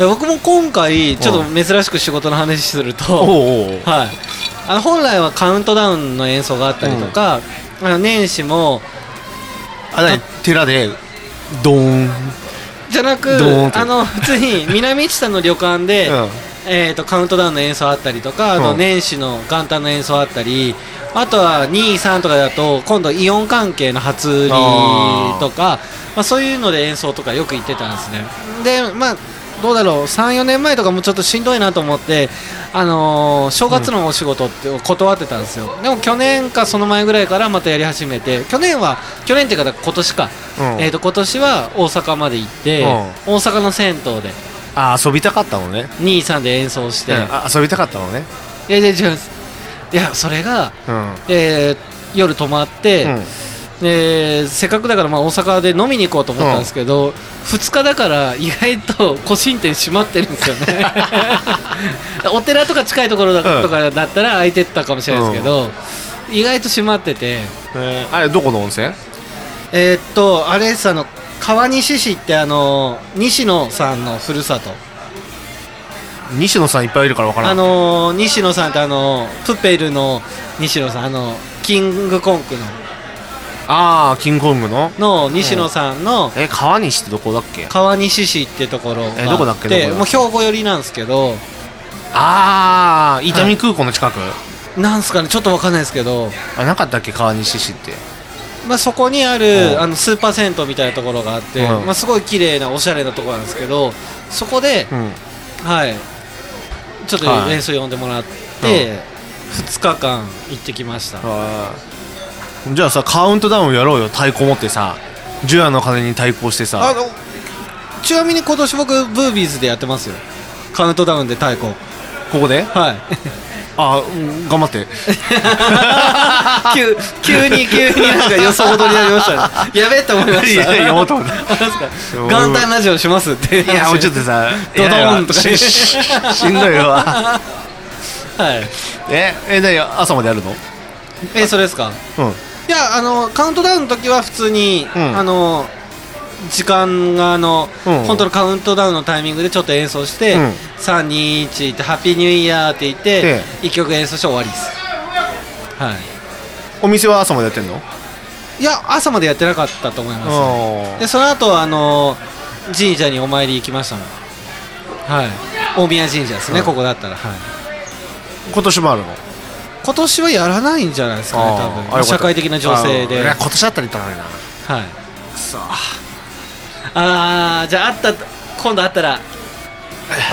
Speaker 2: や僕も今回ちょっと珍しく仕事の話する
Speaker 3: おう
Speaker 2: と
Speaker 3: おうおう
Speaker 2: はいあの本来はカウントダウンの演奏があったりとか、あの年始も
Speaker 3: あ何寺でドーン、うん、
Speaker 2: じゃなく
Speaker 3: ドーンと
Speaker 2: あの普通に南千田の旅館で、えー、とカウントダウンの演奏あったりとかあ
Speaker 3: う
Speaker 2: と
Speaker 3: ん
Speaker 2: 年始の元旦の演奏あったりあとは23とかだと今度イオン関係の初売りとかまあ、そういうので演奏とかよく行ってたんですねでまあどうだろう34年前とかもちょっとしんどいなと思って、あのー正月のお仕事って断ってたんですよ、でも去年かその前ぐらいからまたやり始めて去年は去年っていうか今年か、
Speaker 3: うん
Speaker 2: えー、と今年は大阪まで行って、
Speaker 3: うん
Speaker 2: 大阪の銭湯で
Speaker 3: あ遊びたかったのね、
Speaker 2: 23で演奏して、
Speaker 3: うんあ遊びたかったのね
Speaker 2: いやいや違いますいやそれが、
Speaker 3: うん、
Speaker 2: えー夜泊まって、
Speaker 3: うん、
Speaker 2: でせっかくだからまあ大阪で飲みに行こうと思ったんですけど、2日だから意外と個人店閉まってるんですよ ねお寺とか近いところだ,、
Speaker 3: うん
Speaker 2: とかだったら空いてたかもしれないですけど、意外と閉まってて
Speaker 3: えーあれどこの温泉
Speaker 2: えーっとあれさあの川西市ってあの西野さんのふるさと
Speaker 3: 西野さんいっぱいいるからわから
Speaker 2: あ
Speaker 3: ん
Speaker 2: のー、西野さんってあのープペルの西野さんあのキングコング
Speaker 3: ああキングコングの
Speaker 2: のの西野さんの
Speaker 3: え川西ってどこだっけ
Speaker 2: 川西市ってところがあって
Speaker 3: えどこだっけどこだっけ
Speaker 2: もう兵庫寄りなんですけど
Speaker 3: ああ伊丹空港の近く、
Speaker 2: なんすかねちょっとわかんないですけど、
Speaker 3: あなかったっけ川西市って
Speaker 2: まあ、そこにあ
Speaker 3: う
Speaker 2: る
Speaker 3: ん
Speaker 2: あのスーパー銭湯みたいなところがあって、
Speaker 3: うん
Speaker 2: まあ、すごい綺麗なおしゃれなところなんですけどそこで、
Speaker 3: うん
Speaker 2: はいちょっ
Speaker 3: は
Speaker 2: と
Speaker 3: い
Speaker 2: 演奏呼んでもらって、2日間行ってきました
Speaker 3: あーじゃあさカウントダウンやろうよ太鼓持ってさ除夜の鐘に対抗して
Speaker 2: あ
Speaker 3: さ
Speaker 2: のちなみに今年僕ブービーズでやってますよカウントダウンで太鼓
Speaker 3: ここで
Speaker 2: はい
Speaker 3: あうん頑張って
Speaker 2: 急急に急になんか予想どりになりました ねやべえと思いました
Speaker 3: いやいや思った思った
Speaker 2: あそうです か元旦ラジオしますってい
Speaker 3: いやもうちょっとさ
Speaker 2: ドドーンとか
Speaker 3: いやいやしし しんどいわ
Speaker 2: はい
Speaker 3: ええだよ朝までやるの
Speaker 2: えそれですか
Speaker 3: うん
Speaker 2: いやあのカウントダウンの時は普通に、
Speaker 3: うん
Speaker 2: あの時間があの、
Speaker 3: うん
Speaker 2: 本当のカウントダウンのタイミングでちょっと演奏して、
Speaker 3: うん
Speaker 2: 321って「ハッピーニューイヤー」って言って
Speaker 3: で
Speaker 2: 1曲演奏して終わりですはい
Speaker 3: お店は朝までやってんの
Speaker 2: いや朝までやってなかったと思います、
Speaker 3: あ
Speaker 2: でその後あの神社にお参り行きましたもんはい大宮神社ですね、ここだったら、はい、
Speaker 3: 今年もあるの
Speaker 2: 今年はやらないんじゃないですかね
Speaker 3: あ
Speaker 2: 多
Speaker 3: ーあよかっ
Speaker 2: 分
Speaker 3: た
Speaker 2: 社会的な情勢
Speaker 3: あ
Speaker 2: で
Speaker 3: いや今年あったら行ったのにな
Speaker 2: はいああじゃああった今度あったら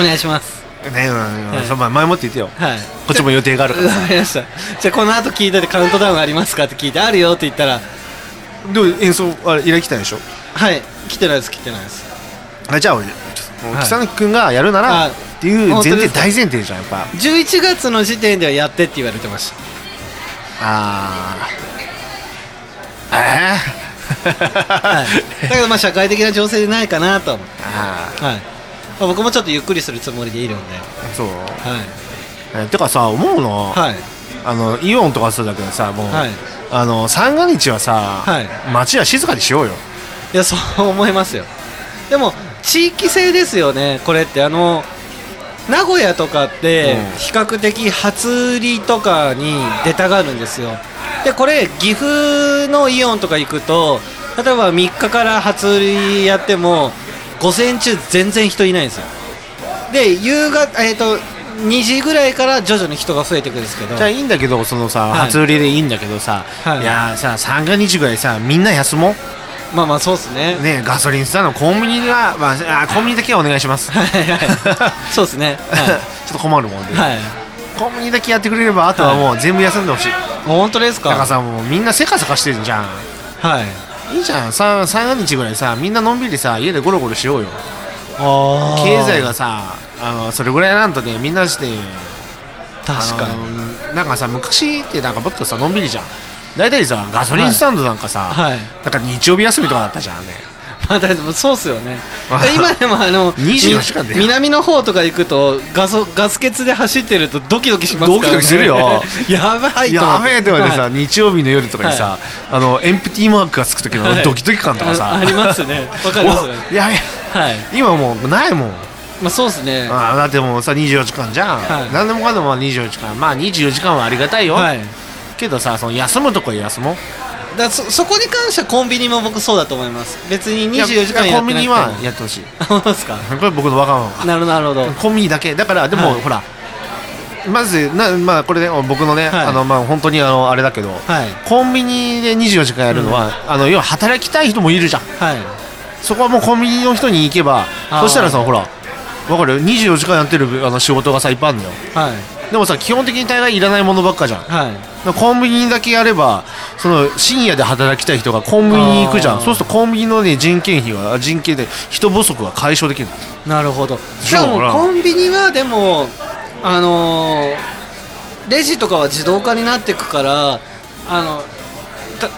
Speaker 2: お願いします
Speaker 3: ね
Speaker 2: は
Speaker 3: う
Speaker 2: い
Speaker 3: んその前前もって言ってよ
Speaker 2: はい
Speaker 3: こっちも予定があるから
Speaker 2: わかりましたじゃあこの後聞いててカウントダウンありますかって聞いてあるよって言ったら
Speaker 3: でも演奏あれ依頼来たんでしょ
Speaker 2: はい来てないです来てないです
Speaker 3: あじゃあ俺
Speaker 2: はい
Speaker 3: 木更木君がやるな
Speaker 2: あ
Speaker 3: らっていう
Speaker 2: 本
Speaker 3: 前
Speaker 2: 当で
Speaker 3: 提
Speaker 2: すか
Speaker 3: 大前提じゃんやっぱ
Speaker 2: 11月の時点ではやってって言われてました
Speaker 3: あーあ
Speaker 2: はいだ けどまあ社会的な情勢でないかなと思って
Speaker 3: ーあ
Speaker 2: はいまあ僕もちょっとゆっくりするつもりでいるんで
Speaker 3: ーそう
Speaker 2: はい
Speaker 3: えてかさ思うの
Speaker 2: はい
Speaker 3: あのイオンとかそうだけどさもう
Speaker 2: はい
Speaker 3: あの三が日はさ
Speaker 2: はい
Speaker 3: 街は静かにしようよ
Speaker 2: いやそう思いますよでも地域性ですよねこれってあの名古屋とかって
Speaker 3: うん
Speaker 2: 比較的初売りとかに出たがるんですよでこれ岐阜のイオンとか行くと例えば3日から初売りやっても午前中全然人いないんですよで夕方えっ、と2時ぐらいから徐々に人が増えてくるんですけど
Speaker 3: じゃあいいんだけどそのさ
Speaker 2: はい
Speaker 3: 初売りでいいんだけどさ
Speaker 2: はい
Speaker 3: いやーさ三が日ぐらいさみんな休もう
Speaker 2: まあまあそうですね
Speaker 3: ねガソリンスタンドコンビニはまああコンビニだけはお願いします
Speaker 2: はいはいそうですねは
Speaker 3: ちょっと困るもんで
Speaker 2: い、はい、
Speaker 3: コンビニだけやってくれればあとはもう全部休んでほしい
Speaker 2: 本当ですか
Speaker 3: だからさもうみんなせかせかしてるじゃん
Speaker 2: はい
Speaker 3: いいじゃん三三が日ぐらいさみんなのんびりさ家でゴロゴロしようよ
Speaker 2: あー
Speaker 3: 経済がさあのそれぐらいなんとねみんなして
Speaker 2: 確か
Speaker 3: あ
Speaker 2: に
Speaker 3: のなんかさ昔ってなんかもっとさのんびりじゃん大体さガソリンスタンドなんかさ、
Speaker 2: はい
Speaker 3: なんか日曜日休みとかだったじゃんね
Speaker 2: まあ大丈夫そうっすよね
Speaker 3: あー
Speaker 2: 今でもあの
Speaker 3: 24時間で
Speaker 2: み南の方とか行くとガソガス欠で走ってるとドキドキしますから、ね、
Speaker 3: ドキドキするよ
Speaker 2: やばいと思
Speaker 3: や
Speaker 2: って
Speaker 3: べえって言われてさ、
Speaker 2: はい
Speaker 3: 日曜日の夜とかにさ、あのエンプティーマークがつく時
Speaker 2: は
Speaker 3: の
Speaker 2: い
Speaker 3: ドキドキ感とかさ、
Speaker 2: あありますねわかりますよね
Speaker 3: おやべえ
Speaker 2: はい
Speaker 3: 今もうないもん
Speaker 2: まあそうっすね
Speaker 3: あーだってもうさ24時間じゃん、
Speaker 2: はい
Speaker 3: 何でもかんでも24時間まあ24時間はありがたいよ、
Speaker 2: はいだ
Speaker 3: けどさその休むとこは休もう
Speaker 2: からそそこに関してはコンビニも僕そうだと思います別に24時間やってなく
Speaker 3: いや
Speaker 2: ても
Speaker 3: コンビニはやってほしい
Speaker 2: あ本当ですか
Speaker 3: これ僕のわがまま
Speaker 2: なるほどなるほど
Speaker 3: コンビニだけだからでも、
Speaker 2: はい
Speaker 3: ほらまずな、まあ、これね僕のね、
Speaker 2: はい
Speaker 3: あのまあ本当にあのあれだけど、
Speaker 2: はい
Speaker 3: コンビニで24時間やるのは、あの要は働きたい人もいるじゃん
Speaker 2: はい
Speaker 3: そこはもうコンビニの人に行けば
Speaker 2: あー
Speaker 3: そしたらさほらわかる24時間やってるあの仕事がさいっぱいあるんだよ
Speaker 2: はい
Speaker 3: でもさ基本的に大概いらないものばっかじゃん
Speaker 2: はい
Speaker 3: コンビニだけやればその深夜で働きたい人がコンビニに行くじゃ
Speaker 2: あ
Speaker 3: ん
Speaker 2: ー
Speaker 3: そうするとコンビニの、ね、人件費は人件で人不足が解消できる
Speaker 2: なるほどし
Speaker 3: そう
Speaker 2: かも
Speaker 3: ほら
Speaker 2: コンビニはでもあのーレジとかは自動化になってくからあのた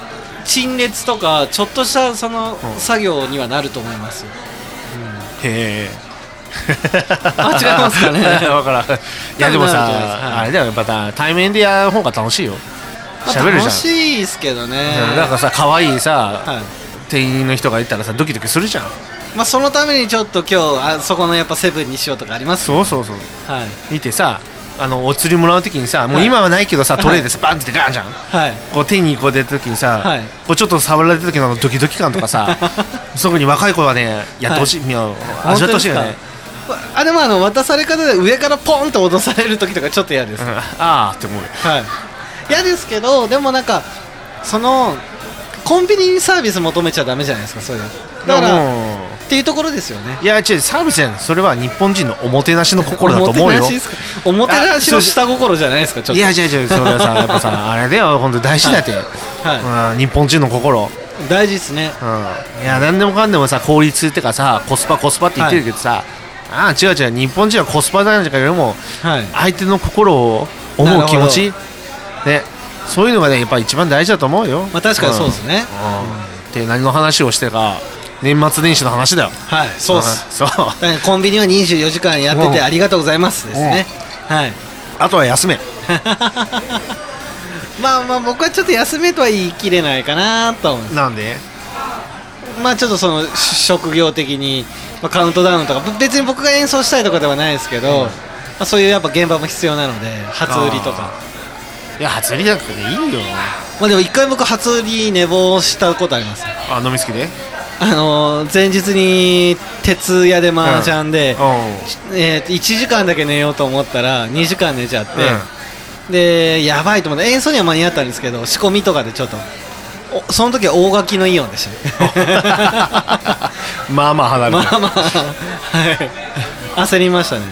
Speaker 2: 陳列とかちょっとしたその
Speaker 3: うん
Speaker 2: 作業にはなると思います、
Speaker 3: へえ
Speaker 2: あ違いますかね
Speaker 3: わからんいやでも
Speaker 2: 多分なると思いま
Speaker 3: さ、
Speaker 2: すはい
Speaker 3: あれだよやっぱさ対面でやる方が楽しいよ
Speaker 2: まあ
Speaker 3: 喋るじゃん
Speaker 2: 楽しいですけどね
Speaker 3: なんかさ可愛いさ、
Speaker 2: はい
Speaker 3: 店員の人がいたらさドキドキするじゃん
Speaker 2: まあ、そのためにちょっと今日あそこのやっぱセブンにしようとかあります
Speaker 3: そうそうそう
Speaker 2: はい
Speaker 3: 見てさあのお釣りもらう時にさもう今はないけどさ、トレーでスパンってガンじゃん
Speaker 2: はい
Speaker 3: こう手にこう出た時にさ、
Speaker 2: はい
Speaker 3: こうちょっと触られた時のあのドキドキ感と かさそこに若い子はねやってほしい、みんな味わってほしいよね
Speaker 2: 本、当ですかあでもあの渡され方で上からポンと脅される時とかちょっと嫌です
Speaker 3: うん、ああーって思うよ
Speaker 2: はい、 嫌ですけどでもなんかそのコンビニにサービス求めちゃダメじゃないですかそういうのだからっ
Speaker 3: もう
Speaker 2: ていうところですよね
Speaker 3: いや違うサービスじゃんそれは日本人のおもてなしの心だと思う
Speaker 2: おもてな
Speaker 3: よ
Speaker 2: しですかおもてなしの下心じゃないですかちょっと
Speaker 3: いや違う違うそれはさやっぱさあれだよ本当大事だって、
Speaker 2: は
Speaker 3: うん、日本人の心、うん、
Speaker 2: い、大事ですね
Speaker 3: いや何でもかんでもさ効率ってかさコスパコスパって言ってるけどさ、ああ違う違う日本人はコスパなんじゃけども
Speaker 2: はい
Speaker 3: 相手の心を思う気持ちねそういうのがねやっぱ一番大事だと思うよ
Speaker 2: まあ確かにそうですね、
Speaker 3: うん、うんって何の話をしてか年末年始の話だよ
Speaker 2: はいそうっす
Speaker 3: ん そう
Speaker 2: だからコンビニは24時間やってて
Speaker 3: う ん
Speaker 2: ありがとうございますですねはい
Speaker 3: あとは休め
Speaker 2: まあまあ僕はちょっと休めとは言い切れないかなとは思うんです
Speaker 3: なんで
Speaker 2: まあちょっとそのし職業的に、まあ、カウントダウンとかぶ別に僕が演奏したいとかではないですけど、まあ、そういうやっぱ現場も必要なので初売りとか
Speaker 3: いや初売りなんかでいいよ
Speaker 2: まあでも一回僕初売り寝坊したことあります
Speaker 3: あ飲み好きで
Speaker 2: あのー前日に徹夜で麻雀で、 えーと1時間だけ寝ようと思ったら2時間寝ちゃって、でやばいと思って演奏には間に合ったんですけど仕込みとかでちょっとおその時は大垣のイオンでしたね
Speaker 3: うんまあまあ離れ
Speaker 2: ま
Speaker 3: てる
Speaker 2: あまあはい焦りましたね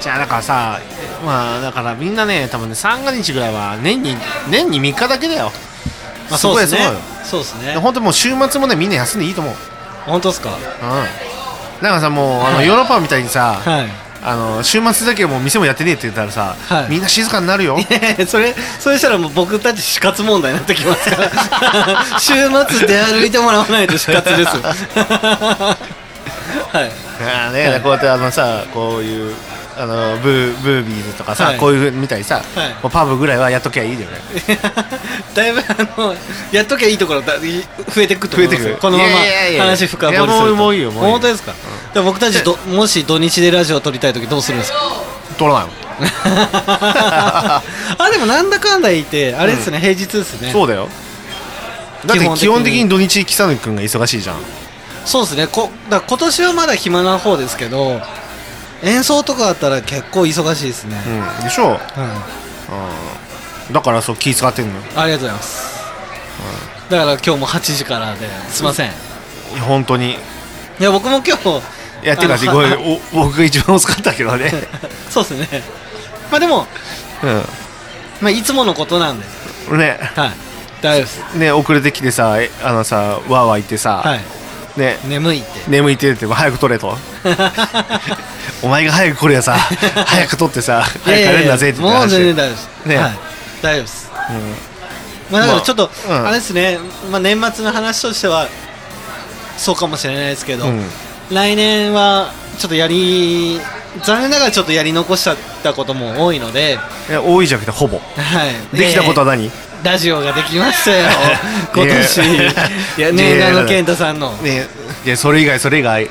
Speaker 3: じゃあだからさまあだからみんなね多分ね三が日ぐらいは年に年に3日だけだよ
Speaker 2: まあそうですね
Speaker 3: ごいそうよ
Speaker 2: そうです
Speaker 3: で
Speaker 2: ね
Speaker 3: 本当もう週末もねみんな休んでいいと思ううん
Speaker 2: 本当ですか
Speaker 3: なんかさもう あのヨーロッパみたいにさ、
Speaker 2: はい
Speaker 3: あの週末だけもう店もやってねえって言ったらさ、
Speaker 2: はい
Speaker 3: みんな静かに なるよ
Speaker 2: それそれしたらもう僕たち死活問題になってきますから 週末出歩いてもらわないと死活です はい
Speaker 3: ああね、こうやってあのさこういうあのブーブービーズとかさ、
Speaker 2: はい
Speaker 3: こういうふうみたいにさ、
Speaker 2: はい
Speaker 3: もうパブぐらいはやっときゃいいよね
Speaker 2: だいぶあのやっときゃいいところだい増えてくと思います
Speaker 3: 増えてく
Speaker 2: このまま
Speaker 3: いやいやいや
Speaker 2: 話深掘りすると
Speaker 3: いやもうもういいよもういいよ
Speaker 2: 本当ですか、でも僕たちどもし土日でラジオ撮りたい時どうするんですか
Speaker 3: 取らないもん
Speaker 2: あでもなんだかんだ言ってあれですね、平日ですね
Speaker 3: そうだよだって
Speaker 2: 基本的に
Speaker 3: 基本的に土日北野君が忙しいじゃん
Speaker 2: そうですねこだ今年はまだ暇な方ですけど演奏とかあったら結構忙しいですね、
Speaker 3: うんでしょ
Speaker 2: はい
Speaker 3: だからそう気使ってんのよ
Speaker 2: ありがとうございます、だから今日も8時からですいません、
Speaker 3: いや本当にい
Speaker 2: いや僕も今日
Speaker 3: やて
Speaker 2: あの
Speaker 3: かすごい お僕が一番遅かったけどね
Speaker 2: そうですねまあでも、まあ、いつものことなんで
Speaker 3: うんね
Speaker 2: はい大丈夫です
Speaker 3: ね遅れてきてさえあのさわーわー言ってさ、
Speaker 2: はい
Speaker 3: ね
Speaker 2: 眠いって
Speaker 3: 眠いって言って早く取れとお前が早く来 れやさ早く取ってさ
Speaker 2: いやいやい
Speaker 3: 早く帰
Speaker 2: や
Speaker 3: れんだぜって言って
Speaker 2: もう
Speaker 3: 話
Speaker 2: 全然大丈夫です、
Speaker 3: ね
Speaker 2: はい、大丈夫です、まあ、だからちょっと、
Speaker 3: まあうん
Speaker 2: あれですね、まあ、年末の話としてはそうかもしれないですけど、
Speaker 3: うん
Speaker 2: 来年はちょっとやり残念ながらちょっとやり残しちゃったことも多いので、
Speaker 3: いや多いじゃなくてほぼ
Speaker 2: はい、
Speaker 3: できたことは何、
Speaker 2: ラジオができました よ今年
Speaker 3: いや
Speaker 2: いや
Speaker 3: いやい
Speaker 2: 念
Speaker 3: や
Speaker 2: 願の健太さんの
Speaker 3: ねいやそれ以外それ以外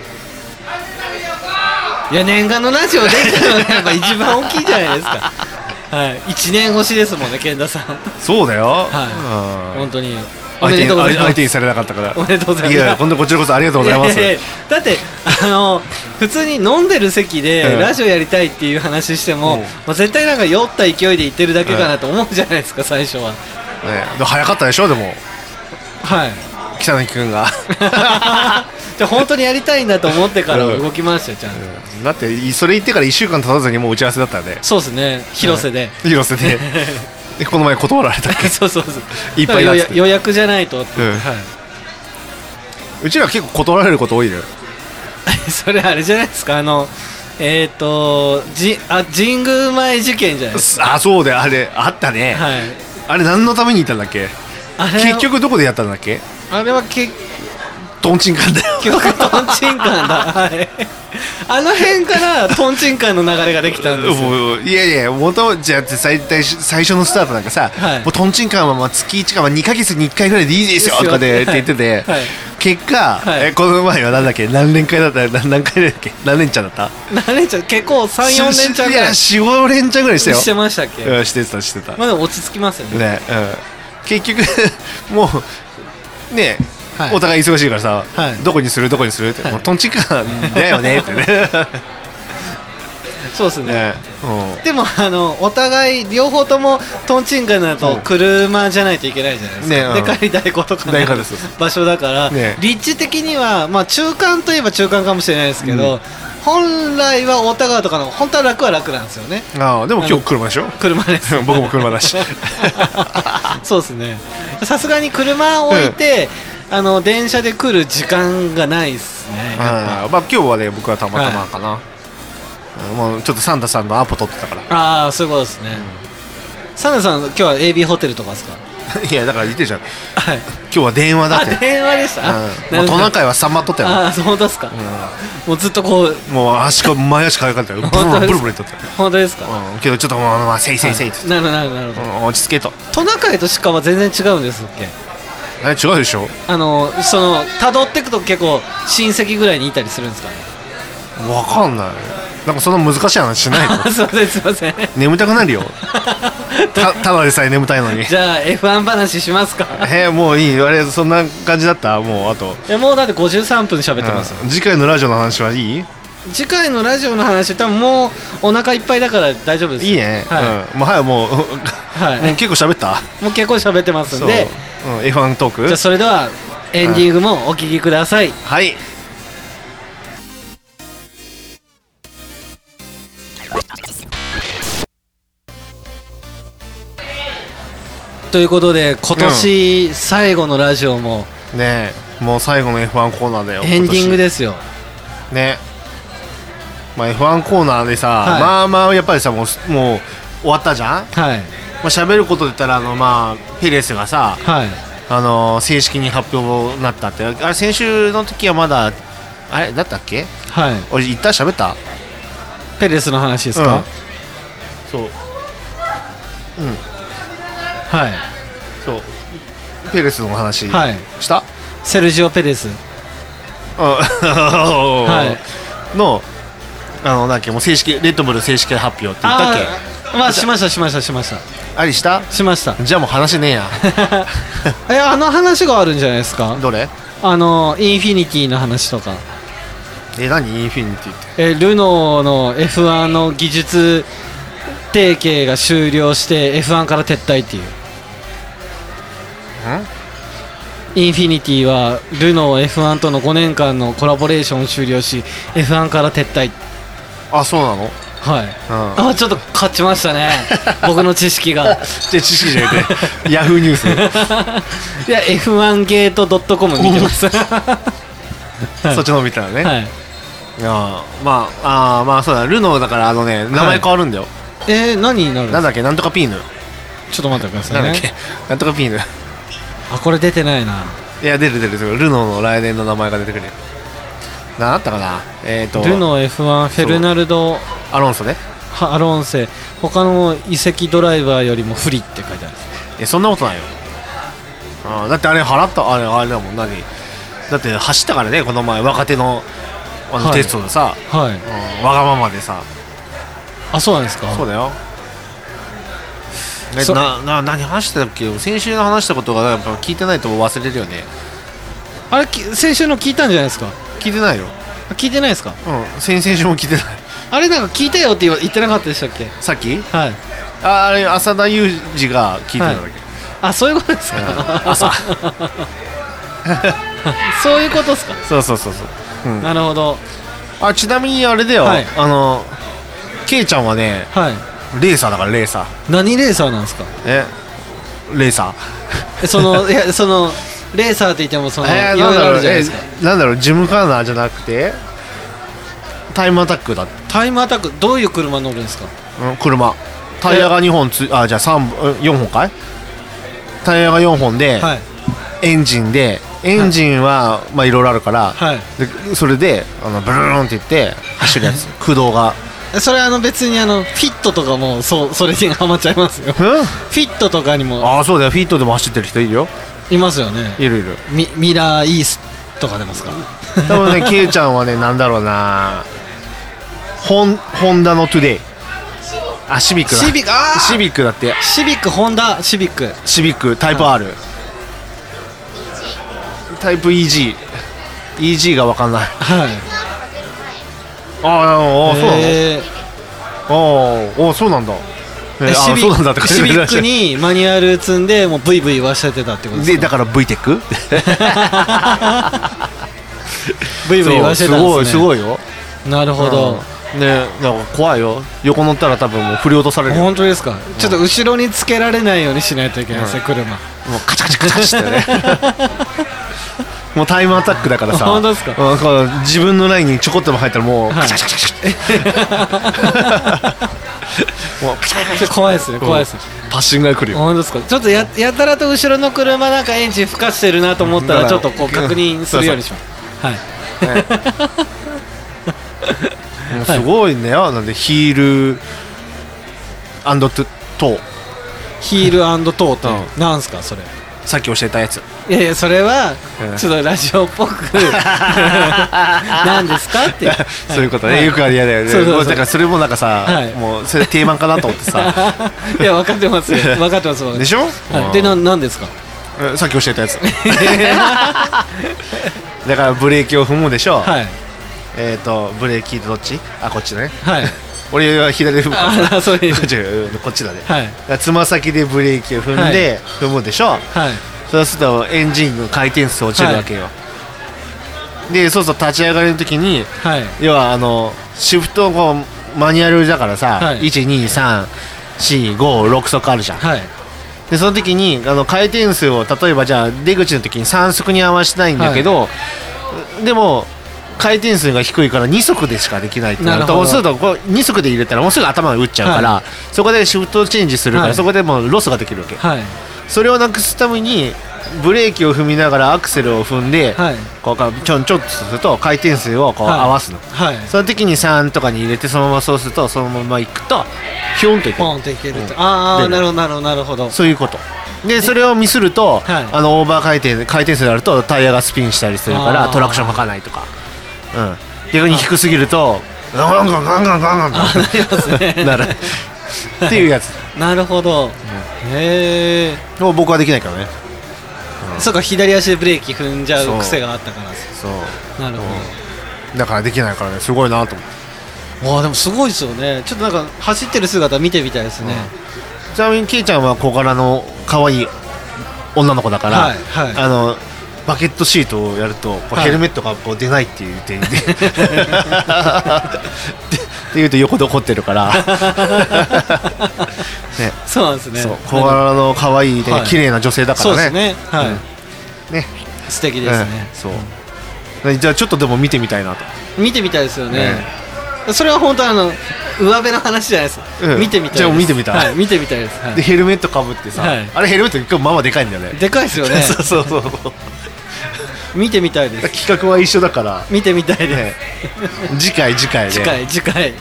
Speaker 2: いや念願のラジオできたのがやっぱ一番大きいじゃないですかはい1年越しですもんね健太さん
Speaker 3: そうだよ、
Speaker 2: はい
Speaker 3: うん
Speaker 2: 本当にお
Speaker 3: 相
Speaker 2: め
Speaker 3: 手
Speaker 2: で
Speaker 3: に
Speaker 2: とうございます
Speaker 3: 相手にされなかったから
Speaker 2: おめでとうございます
Speaker 3: やや今度こちらこそありがとうございます
Speaker 2: やややだってあの普通に飲んでる席で
Speaker 3: うん
Speaker 2: ラジオやりたいっていう話しても、
Speaker 3: うん
Speaker 2: まあ、絶対なんか酔った勢いで言ってるだけかなと思うじゃないですか最初は
Speaker 3: ねでも早かったでしょでも
Speaker 2: はい
Speaker 3: 北野君が
Speaker 2: じゃあ本当にやりたいんだと思ってから
Speaker 3: うん
Speaker 2: 動きましたよちゃんと、
Speaker 3: だっていそれ言ってから1週間経たずにもう打ち合わせだったんで
Speaker 2: そうですね広瀬で、
Speaker 3: 広瀬ででこの前断られた
Speaker 2: そうそうそう
Speaker 3: いっぱいだっつって
Speaker 2: 予約じゃないとって、
Speaker 3: うんうちら結構断られること多いのよ
Speaker 2: はい、 それあれじゃないですかあのえっ、ー、とじあ神宮前事件じゃないです
Speaker 3: あそうだよあれあったね、
Speaker 2: かはい
Speaker 3: あれ何のためにいたんだっけ
Speaker 2: あれ
Speaker 3: 結局どこでやったんだっけ
Speaker 2: あれは結
Speaker 3: トンチンカンだよ
Speaker 2: 局トンチンカンだはいあの辺からトンチンカンの流れができたんですよ
Speaker 3: もういやいや元々じゃあ最大最初のスタートなんかさ、
Speaker 2: はい
Speaker 3: もうトンチンカンはまあ月1かまあ2か月に1回ぐらいでいいです
Speaker 2: で
Speaker 3: よ
Speaker 2: す
Speaker 3: と
Speaker 2: よ
Speaker 3: かでって言ってて、
Speaker 2: はい
Speaker 3: 結果、
Speaker 2: はい
Speaker 3: えこの前は何だっけ何年会だった何何回だっけ何連チャンだった
Speaker 2: 何連チャン結構34連チャン
Speaker 3: い
Speaker 2: ぐ
Speaker 3: や
Speaker 2: らいし
Speaker 3: 45連チャンぐらいしたよ
Speaker 2: てましたっけ、
Speaker 3: うんしてたしてた
Speaker 2: まあでも落ち着きますよね
Speaker 3: ね、うん、結局もうね、
Speaker 2: はい
Speaker 3: お互い忙しいからさ、
Speaker 2: はい
Speaker 3: どこにするどこにするって、
Speaker 2: はい
Speaker 3: もうトンチンカンだよねってね
Speaker 2: そうですね
Speaker 3: ね、うん
Speaker 2: でもあのお互い両方ともトンチンカンだと車じゃないといけないじゃないですか、
Speaker 3: ねうん
Speaker 2: で帰り代行とか
Speaker 3: 代
Speaker 2: の
Speaker 3: 行です
Speaker 2: 場所だから、
Speaker 3: ね
Speaker 2: 立地的には、まあ、中間といえば中間かもしれないですけど、本来は大田川とかの本当は楽は楽なんですよね
Speaker 3: ああでも今日車でしょ
Speaker 2: 車です
Speaker 3: うん僕も車だし
Speaker 2: そうですねさすがに車を置いて、あの電車で来る時間がないですね
Speaker 3: ああまあ今日はね僕はたまたまかな、うんもうちょっとサンタさんのアポ取ってたから
Speaker 2: ああそういうことですね、サナさん今日は AB ホテルとかですか
Speaker 3: いやだから言ってるじゃん今
Speaker 2: はい
Speaker 3: 日は電話だ
Speaker 2: あ
Speaker 3: って
Speaker 2: 電話でした、
Speaker 3: うんもうトナ
Speaker 2: い
Speaker 3: カイはさまっとったよ
Speaker 2: ああそうですか、もうずっとこう
Speaker 3: もう足か前足かゆかったよブル
Speaker 2: 本当
Speaker 3: ブ
Speaker 2: です
Speaker 3: ルブルブルとったよ
Speaker 2: 本当ですか、
Speaker 3: うんけどちょっともうまあせいせいせいって
Speaker 2: なるほどなるほどなるほ
Speaker 3: う
Speaker 2: ど
Speaker 3: ん落ち着けと
Speaker 2: トナカイと鹿は全然違うんですっけ
Speaker 3: え違うでしょ
Speaker 2: あのその辿っていくと結構親戚ぐらいにいたりするんですかね
Speaker 3: わかんないなんかそんな難しい話 しないの
Speaker 2: あすいませんすいま せん
Speaker 3: 眠たくなるよたただでさえ眠たいのに
Speaker 2: じゃあ F1 話しますか
Speaker 3: えーもういいあれそんな感じだったもうあと、
Speaker 2: いやもうだって53分喋ってますよ、
Speaker 3: うん次回のラジオの話はいい
Speaker 2: 次回のラジオの話多分もうお腹いっぱいだから大丈夫です
Speaker 3: いいね、
Speaker 2: は
Speaker 3: うん、もう早いもう、
Speaker 2: はい
Speaker 3: もう結構喋った
Speaker 2: い、もう結構喋ってますん
Speaker 3: う、うん
Speaker 2: で、
Speaker 3: F1 トー
Speaker 2: じゃあ
Speaker 3: ク
Speaker 2: それではエンディングもお聞きください、
Speaker 3: はい
Speaker 2: ということで今年最後のラジオも
Speaker 3: ねえもう最後の F1 コーナーだよ
Speaker 2: エンディングですよ、
Speaker 3: 今年ねまあ F1 コーナーでさ、
Speaker 2: はい
Speaker 3: まあまあやっぱりさもうもう終わったじゃん
Speaker 2: はい
Speaker 3: まあ喋ることで言ったらあのまあペレスがさ
Speaker 2: はい
Speaker 3: あの正式に発表になったってあれ先週の時はまだあれだったっけ
Speaker 2: はい
Speaker 3: 俺言った喋った
Speaker 2: ペレスの話ですか、
Speaker 3: うんそう
Speaker 2: はい
Speaker 3: そうペレスの話
Speaker 2: はい
Speaker 3: した、
Speaker 2: セルジオ・ペレス
Speaker 3: はいい、のあのなんだっけもう正式レッドブル正式発表って言ったっけあ
Speaker 2: あーまあしましたしましたしました
Speaker 3: りした
Speaker 2: しました
Speaker 3: じゃあもう話 ねえや
Speaker 2: えあの話があるんじゃないですか
Speaker 3: どれ
Speaker 2: あのインフィニティの話とか
Speaker 3: え何インフィニティって
Speaker 2: えルノーの F1 の技術提携が終了して F1 から撤退っていうインフィニティはルノー F1 との5年間のコラボレーションを終了し F1 から撤退
Speaker 3: あそうなの
Speaker 2: はい、
Speaker 3: う
Speaker 2: あちょっと勝ちました ね僕の知識が
Speaker 3: で知識じゃなく てヤフーニュース、
Speaker 2: いや F1 ゲート .com 見てますは
Speaker 3: そっちの方見たらね、い、
Speaker 2: い
Speaker 3: やーまああーまあそうだルノーだからあのね名前変わるんだよ、
Speaker 2: えー、何になるんで
Speaker 3: な
Speaker 2: すか
Speaker 3: んだっけなんとかピーヌ
Speaker 2: ちょっと待ってくださ
Speaker 3: ない
Speaker 2: ね
Speaker 3: んだっけなんとかピーヌ
Speaker 2: あこれ出てないない
Speaker 3: や出る出る出るルノーの来年の名前が出てくるよなんあったかなえっ、ー、と
Speaker 2: ルノー F1 フェルナルド
Speaker 3: アロンソね
Speaker 2: はアロンセ他の移籍ドライバーよりも不利って書いてある
Speaker 3: いやそんなことないよあーだってあれ払ったあれあれだもん何だって走ったからねこの前若手のあの
Speaker 2: はい
Speaker 3: テストでさ、
Speaker 2: はい
Speaker 3: うんわがままでさ
Speaker 2: あそうなんですか
Speaker 3: そうだよえ
Speaker 2: そ
Speaker 3: なな何話してたっけ先週の話したことがやっぱ聞いてないと忘れるよね
Speaker 2: あれき先週の聞いたんじゃないですか
Speaker 3: 聞いてないよ、
Speaker 2: あ聞いてないですか
Speaker 3: うん、先々週も 聞いてない
Speaker 2: あれなんか聞いたよって言わ言ってなかったでしたっけ
Speaker 3: さっき
Speaker 2: はい
Speaker 3: ああれ浅田裕二が聞いてたんだっけ、
Speaker 2: あそういうことですか、
Speaker 3: 朝
Speaker 2: そういうことですか、
Speaker 3: そうそうそうそう、うん
Speaker 2: なるほど
Speaker 3: あちなみにあれだよ、
Speaker 2: はい
Speaker 3: あのケイちゃんはね
Speaker 2: はい
Speaker 3: レーサーだからレーサ
Speaker 2: 何レーサーなんですか
Speaker 3: ーえレーサ
Speaker 2: えそ のいやそのレーサーって言ってもそ
Speaker 3: ー
Speaker 2: の、
Speaker 3: え
Speaker 2: い
Speaker 3: な
Speaker 2: ろ
Speaker 3: ん
Speaker 2: いろ
Speaker 3: だ
Speaker 2: あ
Speaker 3: ろ
Speaker 2: る
Speaker 3: う
Speaker 2: じゃない
Speaker 3: え
Speaker 2: ですか
Speaker 3: なんだろうジムカーナーじゃなくてタイムアタックだって、
Speaker 2: タイムアタックどういう車乗るんですか
Speaker 3: うん、車タイヤが2本つあじゃあ三本4本かいタイヤが4本で、
Speaker 2: はい
Speaker 3: エンジンでエンジンは、まあいろいろあるから、
Speaker 2: はい
Speaker 3: でそれであのブルーンっていって走るやつ 駆動が
Speaker 2: えそれあの別にあのフィットとかもそうそれにハマっちゃいますよフ
Speaker 3: うん
Speaker 2: ィットとかにも
Speaker 3: ああそうだよフィットでも走ってる人いるよ
Speaker 2: いますよね
Speaker 3: いるいる
Speaker 2: ミミラーイースとか出ますか
Speaker 3: 多 分ね、ケイちゃんはね、なんだろうな。ホン、ホンダのトゥデイ。あ、シビックだ。
Speaker 2: シビックあー
Speaker 3: シビックだって。
Speaker 2: シビックホンダシビック
Speaker 3: シビック、タイプ R。タイプ EG。EG がわかんない。
Speaker 2: はい
Speaker 3: ああ、ああそうなの。
Speaker 2: えー
Speaker 3: ああ、ああ、そうなんだ。えーあ
Speaker 2: え
Speaker 3: あ、
Speaker 2: シビ
Speaker 3: そうなんだ
Speaker 2: ッ
Speaker 3: と
Speaker 2: ク
Speaker 3: か
Speaker 2: シビック
Speaker 3: 言っ
Speaker 2: にマニュアル積んでもうブイブイわしてたってこと
Speaker 3: て。で、
Speaker 2: です
Speaker 3: だ
Speaker 2: か
Speaker 3: から V テック。
Speaker 2: ブイブイ
Speaker 3: そ
Speaker 2: わ
Speaker 3: う
Speaker 2: して
Speaker 3: す
Speaker 2: たんですね
Speaker 3: ごい、すごいよ。
Speaker 2: いなるほど、
Speaker 3: うん。ね、なんか怖いよ。横乗ったら、多分もう振り落とされるよ。 もう
Speaker 2: 本当ですか、ちょっと後ろにつけられないようにしないといけないですね、車
Speaker 3: カチャカチャカチャカチャってね。 もうタイムアタックだからさ
Speaker 2: 本当ですか
Speaker 3: うんこう自分のラインにちょこっとも入ったらもう
Speaker 2: はい
Speaker 3: カチャカチャカチャって もうピタ
Speaker 2: ちょっと怖いですね怖いですね
Speaker 3: パッシングが来るよ
Speaker 2: 本当ですかちょっとややたらと後ろの車なんかエンジンふかしてるなと思った
Speaker 3: う
Speaker 2: ら
Speaker 3: ん
Speaker 2: ちょっとこう確認するようにしますはい
Speaker 3: もうすごいんだよなんでヒールアンドトゥトー
Speaker 2: ヒールトートゥなんすかそれ
Speaker 3: さっき教えたやつ
Speaker 2: いやいやそれは
Speaker 3: うん
Speaker 2: ちょっとラジオっぽく何ですかっていう
Speaker 3: そういうこと
Speaker 2: は
Speaker 3: ね
Speaker 2: い
Speaker 3: よくありやだよね
Speaker 2: そうそうそう
Speaker 3: もうだからそれもなん
Speaker 2: は
Speaker 3: かさ
Speaker 2: い
Speaker 3: もうそれ定番かなと思って さ
Speaker 2: いや分かってますよ分かってます分かってま
Speaker 3: ですしょ
Speaker 2: はいでな何ですか
Speaker 3: うんさっき教えたやつ だからブレーキを踏むでしょ
Speaker 2: はい
Speaker 3: えっとブレーキどっちあこっちだね
Speaker 2: はい
Speaker 3: 俺は左で踏むから
Speaker 2: ああそういう
Speaker 3: 違ううんこっちだね
Speaker 2: はい
Speaker 3: だからつま先でブレーキを踏んで踏むでしょ、
Speaker 2: はい
Speaker 3: そうするとエンジンの回転数落ちるわけよ、でそうすると立ち上がりの時に
Speaker 2: はい
Speaker 3: 要はあのシフトこうマニュアルだからさ、
Speaker 2: はい
Speaker 3: 12345 6足あるじゃん
Speaker 2: はい
Speaker 3: でその時にあの回転数を例えばじゃあ出口の時に3足に合わせたいんだけど、でも回転数が低いから2足でしかできないってなる
Speaker 2: なる
Speaker 3: と
Speaker 2: ほど
Speaker 3: そうするとこう2足で入れたらもうすぐ頭が打っちゃうから、
Speaker 2: は
Speaker 3: そこでシフトチェンジするから、
Speaker 2: はい
Speaker 3: そこでもうロスができるわけ、
Speaker 2: はい
Speaker 3: それをなくすためにブレーキを踏みながらアクセルを踏んで、
Speaker 2: はい
Speaker 3: こうかちょんちょんとすると回転数をこう
Speaker 2: はい
Speaker 3: 合わすの、
Speaker 2: はい
Speaker 3: その時に3とかに入れてそのままそうするとそのままいくとヒュンといく
Speaker 2: ポンといけるとああ
Speaker 3: 出る
Speaker 2: なるほどなるほどなるほど
Speaker 3: そういうことでそれをミスる
Speaker 2: はい
Speaker 3: と、あのオーバー回転回転数になるとタイヤがスピンしたりするから
Speaker 2: あー
Speaker 3: トラクションかかないとか、うん、逆に低すぎるとガンガンガンガンガンガン
Speaker 2: なりますね
Speaker 3: なるっていうやつ
Speaker 2: なるほどへえ
Speaker 3: もう僕はできないからね
Speaker 2: そうか左足でブレーキ踏んじゃ
Speaker 3: そう
Speaker 2: う癖があったからです
Speaker 3: そう
Speaker 2: なるほ
Speaker 3: だからできないからねすごいなと思って
Speaker 2: どわあでもすごいですよねちょっとなんか走ってる姿見てみたいですね
Speaker 3: ちなみにケイちゃんは小柄の可愛い女の子だから、
Speaker 2: はいはい
Speaker 3: あのバケットシートをやるとこう
Speaker 2: はい
Speaker 3: ヘルメットがこう出ないっていう点で、 ってっていうと横で怒って るから、ね
Speaker 2: そうなんですね
Speaker 3: そう小柄の可愛いで
Speaker 2: はい
Speaker 3: 綺麗な女性だか
Speaker 2: そうで
Speaker 3: ら
Speaker 2: す
Speaker 3: ね。
Speaker 2: ねはい
Speaker 3: ね
Speaker 2: 素敵ですね
Speaker 3: うんそうじゃあちょっとでも見てみたいなと
Speaker 2: 見てみたいですよねそれは本当あの上辺の話じゃないです
Speaker 3: うん
Speaker 2: 見てみたいです
Speaker 3: じゃあ見てみたい
Speaker 2: はい見てみたいですはい
Speaker 3: でヘルメットかぶってさ、
Speaker 2: はい
Speaker 3: あれヘルメット結構ママでかいんだよね
Speaker 2: でかいですよね
Speaker 3: そうそうそう
Speaker 2: 見てみたいです
Speaker 3: 企画は一緒だから、
Speaker 2: 見てみたいで
Speaker 3: ね、次回次回ね
Speaker 2: す次回次回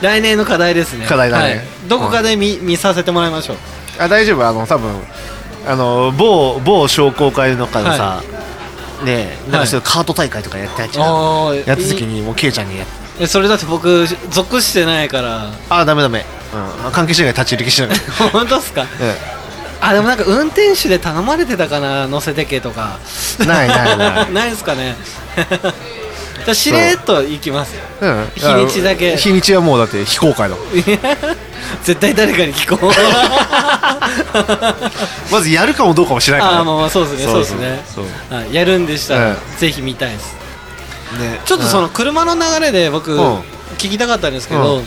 Speaker 2: 来年の課題ですね
Speaker 3: 課題だね
Speaker 2: はいどこかで見見させてもらいましょう
Speaker 3: あ大丈夫あの多分あの某某商工会の会のさ、ねえなんかそういうカート大会とかやってたじゃん、
Speaker 2: あー
Speaker 3: やった時にもうケイちゃんに
Speaker 2: えそれだって僕属してないから
Speaker 3: ああダメダメ、うん、関係者以外立ち入りしながら
Speaker 2: 本当っすかあでもなんか運転手で頼まれてたかな乗せてけとか
Speaker 3: ないないな い
Speaker 2: ないですかねじゃあしれっと行きますよ
Speaker 3: うん、
Speaker 2: 日にちだけ
Speaker 3: あ日にちはもうだって非公開だもん
Speaker 2: 絶対誰かに聞 こう
Speaker 3: まずやるかもどうかもしないから
Speaker 2: ああまあまあそうですねそうですね
Speaker 3: そう
Speaker 2: はいやるんでしたら、
Speaker 3: え
Speaker 2: ぜひ見たいです
Speaker 3: ね
Speaker 2: ちょっとその車の流れで僕
Speaker 3: うん
Speaker 2: 聞きたかったんですけど、
Speaker 3: うん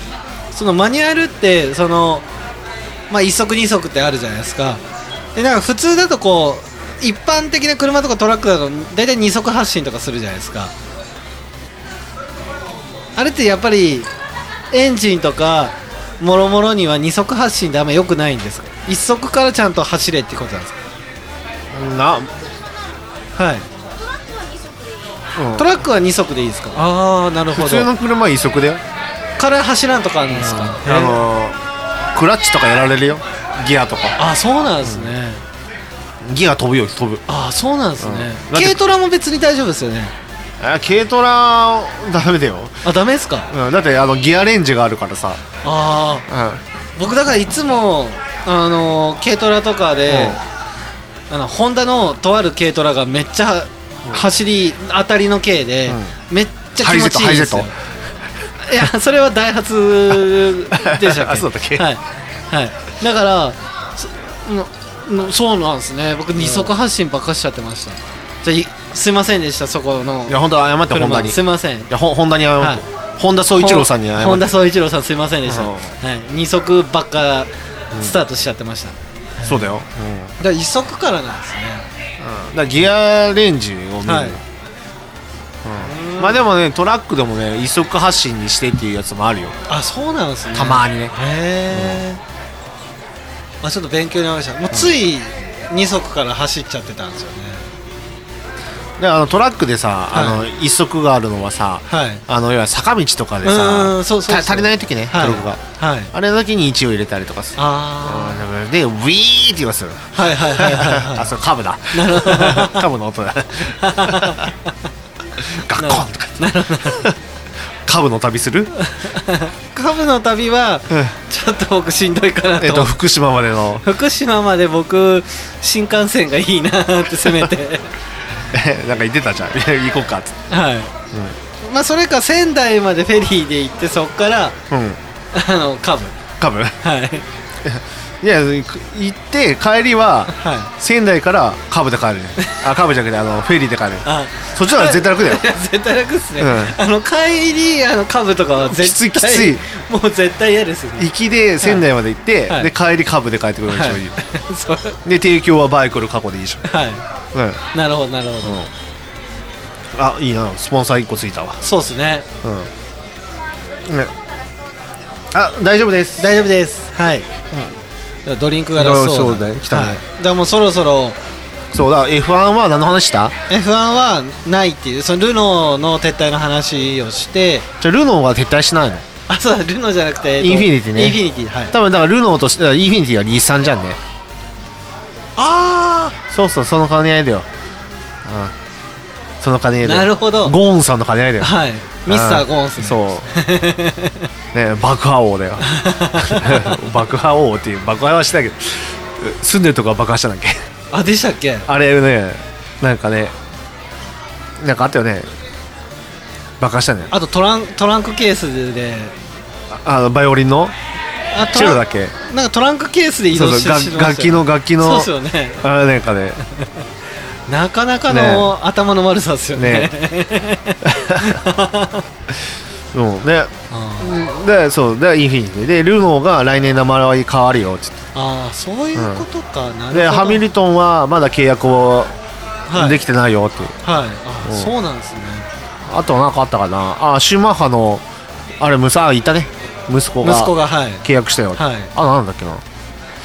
Speaker 2: そのマニュアルってそのまあ一足二足ってあるじゃないですかでなんか普通だとこう一般的な車とかトラックだと大体二足発進とかするじゃないですかあれってやっぱりエンジンとかもろもろには二足発進であんま良くないんですか一足からちゃんと走れってことなんです
Speaker 3: うんな、
Speaker 2: かはい
Speaker 3: うん
Speaker 2: トラックは二足でいいですかああなるほ
Speaker 3: 普通
Speaker 2: ど
Speaker 3: の車は一足だよ
Speaker 2: から走らんとかあるんですか
Speaker 3: あのークラッチとかやられるよギアとか
Speaker 2: あそうなんですね、
Speaker 3: ギア飛ぶよ飛ぶ
Speaker 2: あそうなんですね、
Speaker 3: うんだって
Speaker 2: 軽トラも別に大丈夫ですよね
Speaker 3: あ軽トラダメだよ、
Speaker 2: あダメですか
Speaker 3: うん、だってあのギアレンジがあるからさ、
Speaker 2: ああ
Speaker 3: う
Speaker 2: 僕だからいつもあのー軽トラとかで、あのホンダのとある軽トラがめっちゃ、走り当たりの軽で、めっちゃ気持ちいいんですよ
Speaker 3: ハイゼットハ
Speaker 2: いやそれはダイハツでしたっけ
Speaker 3: あそうだっけ
Speaker 2: はい、はい、だからそももそうなんですね僕二足発進ばっかしちゃってました、じゃあいすいませんでしたそこの
Speaker 3: ん、いや本当謝ってホンダ
Speaker 2: 車
Speaker 3: にい
Speaker 2: すいません
Speaker 3: やほ本田に謝って、本田総一郎さんに謝って
Speaker 2: 本田宗一郎さんすいませんでした、
Speaker 3: うん
Speaker 2: はい、二足ばっかスタートしちゃってました、
Speaker 3: そうだよ、
Speaker 2: だから一足からなんですね
Speaker 3: うんだからギアレンジを見る、
Speaker 2: はい
Speaker 3: うんままあでもねトラックでもね一足発進にしてっていうやつもあるよ
Speaker 2: あそうなんですね
Speaker 3: たまにね
Speaker 2: へえ、まあ、ちょっと勉強になりましたもうつい2足から走っちゃってたんですよね
Speaker 3: であのトラックでさ、
Speaker 2: はい
Speaker 3: あの一足があるのはさ、
Speaker 2: はい
Speaker 3: あの要は坂道とかで
Speaker 2: う
Speaker 3: さ
Speaker 2: んそうそうそう
Speaker 3: た足りない時ね、
Speaker 2: はい
Speaker 3: トラックが
Speaker 2: はい
Speaker 3: あれの時に1を入れたりとかさ
Speaker 2: あ
Speaker 3: うんでウィーって言いますよ
Speaker 2: あはいはいはいはいはい
Speaker 3: あそうカブだ
Speaker 2: なるほど
Speaker 3: カブの音だガッコンとかカブの旅する
Speaker 2: カブの旅はちょっと僕しんどいかなと,、
Speaker 3: えっ と福島までの
Speaker 2: 福島まで僕新幹線がいいなってせ めて
Speaker 3: なんか言ってたじゃん 行こうかっつって
Speaker 2: はい、まあそれか仙台までフェリーで行ってそっから
Speaker 3: うん
Speaker 2: あのカブ
Speaker 3: カブ
Speaker 2: はい
Speaker 3: いや行く行って帰りは
Speaker 2: はい
Speaker 3: 仙台からカブで 帰るねあカブじゃなくてあのフェリーで帰る
Speaker 2: あ
Speaker 3: そっちの方が絶対楽だよ
Speaker 2: いや絶対楽っすね、
Speaker 3: うん
Speaker 2: あの帰りあのカブとかは絶対
Speaker 3: きついき
Speaker 2: もう絶対嫌ですね
Speaker 3: 行きで仙台まで行って、
Speaker 2: はい
Speaker 3: で帰りカブで帰ってくるのが一番いい、
Speaker 2: はい そう
Speaker 3: で提供はバイクの過去でいいじ
Speaker 2: は
Speaker 3: ゃん、うん、
Speaker 2: いなるほどなるほど、
Speaker 3: あいいなスポンサー1個ついたわ
Speaker 2: そうっすね
Speaker 3: うんねあ大丈夫です
Speaker 2: 大丈夫ですはい、うんドリンクが出しそう
Speaker 3: だ
Speaker 2: な
Speaker 3: よ来たね
Speaker 2: はい、だからもうそろそろ
Speaker 3: そうだ F1 は何の話した
Speaker 2: F1 はないっていうそのルノーの撤退の話をして
Speaker 3: じゃあルノーは撤退しないの
Speaker 2: あそうだルノーじゃなくてえっと
Speaker 3: インフィニティね
Speaker 2: インフィニティはい
Speaker 3: 多分だからルノーとしてだからインフィニティは日産じゃんね
Speaker 2: あ
Speaker 3: そうそうその兼ね合いだよ、うん、その兼ね合いだよ
Speaker 2: なるほど
Speaker 3: ゴーンさんの兼ね合いだよ
Speaker 2: あはいミスターゴーンス、ね、
Speaker 3: そうね爆破王だよ 爆破王っていう爆破はしてたけど住んでるとこは爆破したんだっけ
Speaker 2: あでしたっけ
Speaker 3: あれねなんかねなんかあったよね爆破したね
Speaker 2: あとトラントランクケースで
Speaker 3: あのバイオリンの
Speaker 2: あ
Speaker 3: チェロだっけ
Speaker 2: なんかトランクケースで移動してし
Speaker 3: そうそうが楽器の楽器の
Speaker 2: そうですよね
Speaker 3: あれなんかね
Speaker 2: なかなかの、
Speaker 3: ね
Speaker 2: 頭の悪さですよね
Speaker 3: ね うんね
Speaker 2: あ
Speaker 3: でそうでインフィニティでルノーが来年名前変わるよっつって
Speaker 2: あそういうことか、なるほど
Speaker 3: でハミルトンはまだ契約を
Speaker 2: はい
Speaker 3: できてないよっていう、
Speaker 2: はいあ
Speaker 3: うん
Speaker 2: そうなんですね
Speaker 3: あとなんかあったかなあシューマッハのあれムサあいたね息子が
Speaker 2: 息子がはい
Speaker 3: 契約したよって、
Speaker 2: はい
Speaker 3: あなんだっけな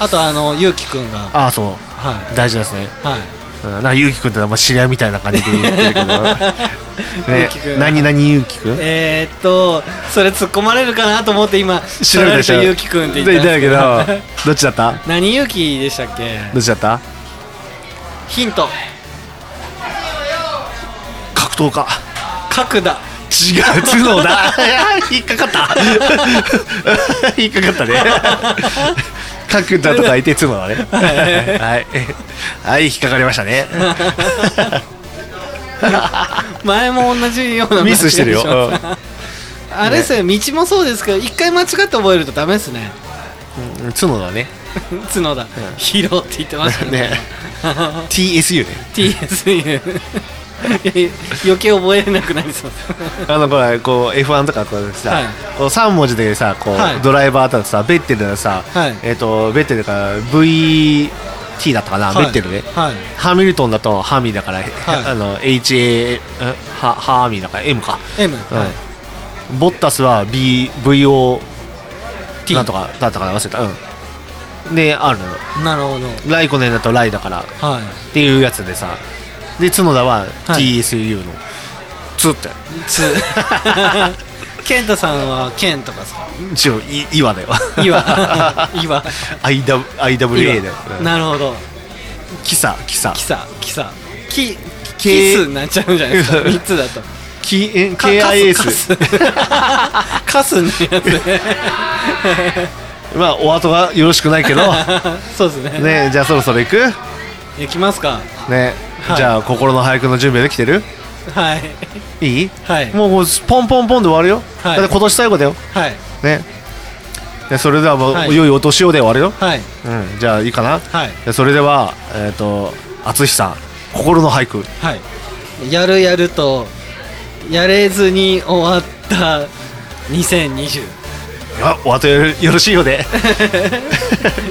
Speaker 2: あとあのゆうきくんが
Speaker 3: ああそう
Speaker 2: は
Speaker 3: 大事ですね、
Speaker 2: いはい
Speaker 3: うん、なんかゆうきくんってまあ知り合いみたいな感じで言ってるけど
Speaker 2: ゆう
Speaker 3: ね
Speaker 2: きくん
Speaker 3: 何々ゆうきくん
Speaker 2: えー、っとそれ突っ込まれるかなと思って今
Speaker 3: 調べたでしょ
Speaker 2: 取られたゆうきくんって言ったん
Speaker 3: だ
Speaker 2: です
Speaker 3: けど どっちだった
Speaker 2: 何ゆうきでしたっけ
Speaker 3: どっちだった
Speaker 2: ヒント
Speaker 3: 格闘家
Speaker 2: 角田
Speaker 3: 違う 角だ引っかかった 引っかかったね角田と書いて角だねはいはい引っかかりまし たね
Speaker 2: 前も同じような
Speaker 3: ミスしてるよ、
Speaker 2: 間違いでしょあれですよ、道もそうですけど一回間違って覚えるとダメですね
Speaker 3: うん角だね
Speaker 2: 角田、ヒロって言ってました ね
Speaker 3: ね TSU ね
Speaker 2: TSU 余計覚えれなくなりそう
Speaker 3: あのこれこう F1 とかこうさ、
Speaker 2: はい
Speaker 3: こう3文字でさこう、
Speaker 2: はい
Speaker 3: ドライバーだとさベッテルのさ、
Speaker 2: はい
Speaker 3: えっ、とベッテルだから VT だったかな、ベッテルね、
Speaker 2: はい
Speaker 3: ハミルトンだとハミだから、あの HA んハハーミだから M か、
Speaker 2: M、
Speaker 3: うん
Speaker 2: はい
Speaker 3: ボッタスは BVO なんとかだったから忘れたうんであるのよ
Speaker 2: なるほど
Speaker 3: ライコネンだとライだから
Speaker 2: はい
Speaker 3: っていうやつでさで角田は
Speaker 2: はい
Speaker 3: TSU の、つって
Speaker 2: つ 健太さんは健とかさ
Speaker 3: 一応い岩だよ
Speaker 2: 岩岩
Speaker 3: IW IWA だよ
Speaker 2: 岩なるほど
Speaker 3: キサキサ
Speaker 2: キサキサキキスになっちゃうんじゃないですか 3つだと
Speaker 3: キえ
Speaker 2: か
Speaker 3: KIS
Speaker 2: カス カスのやつ ね
Speaker 3: まあお後がよろしくない けど
Speaker 2: そうですね
Speaker 3: ねじゃあそろそろ行く
Speaker 2: いきますか
Speaker 3: ね、
Speaker 2: はい
Speaker 3: じゃあ心の俳句の準備はできてる
Speaker 2: はい
Speaker 3: いい、
Speaker 2: はい
Speaker 3: もうもうポンポンポンで終わるよ、
Speaker 2: はい
Speaker 3: だって今年最後だよ
Speaker 2: はい
Speaker 3: ねでそれではもう、
Speaker 2: はい
Speaker 3: い、よいよお年をで終わるよ、
Speaker 2: はい
Speaker 3: うん、じゃあいいかな、
Speaker 2: はい
Speaker 3: でそれではえっ、と淳さん心の俳句
Speaker 2: はいやるやるとやれずに終わった2020
Speaker 3: あお後よよろしいようで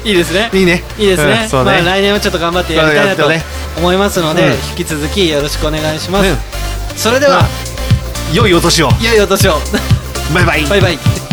Speaker 2: いいですね
Speaker 3: いいね
Speaker 2: いいですね,、
Speaker 3: うんそう
Speaker 2: まあ
Speaker 3: ね、
Speaker 2: 来年はちょっと頑張ってやりたいなと
Speaker 3: そうやって
Speaker 2: 思いますので、
Speaker 3: うん
Speaker 2: 引き続きよろしくお願いします、
Speaker 3: うん
Speaker 2: それでは、
Speaker 3: 良いお年を
Speaker 2: いよいよ年を
Speaker 3: バイバイ
Speaker 2: バイバイ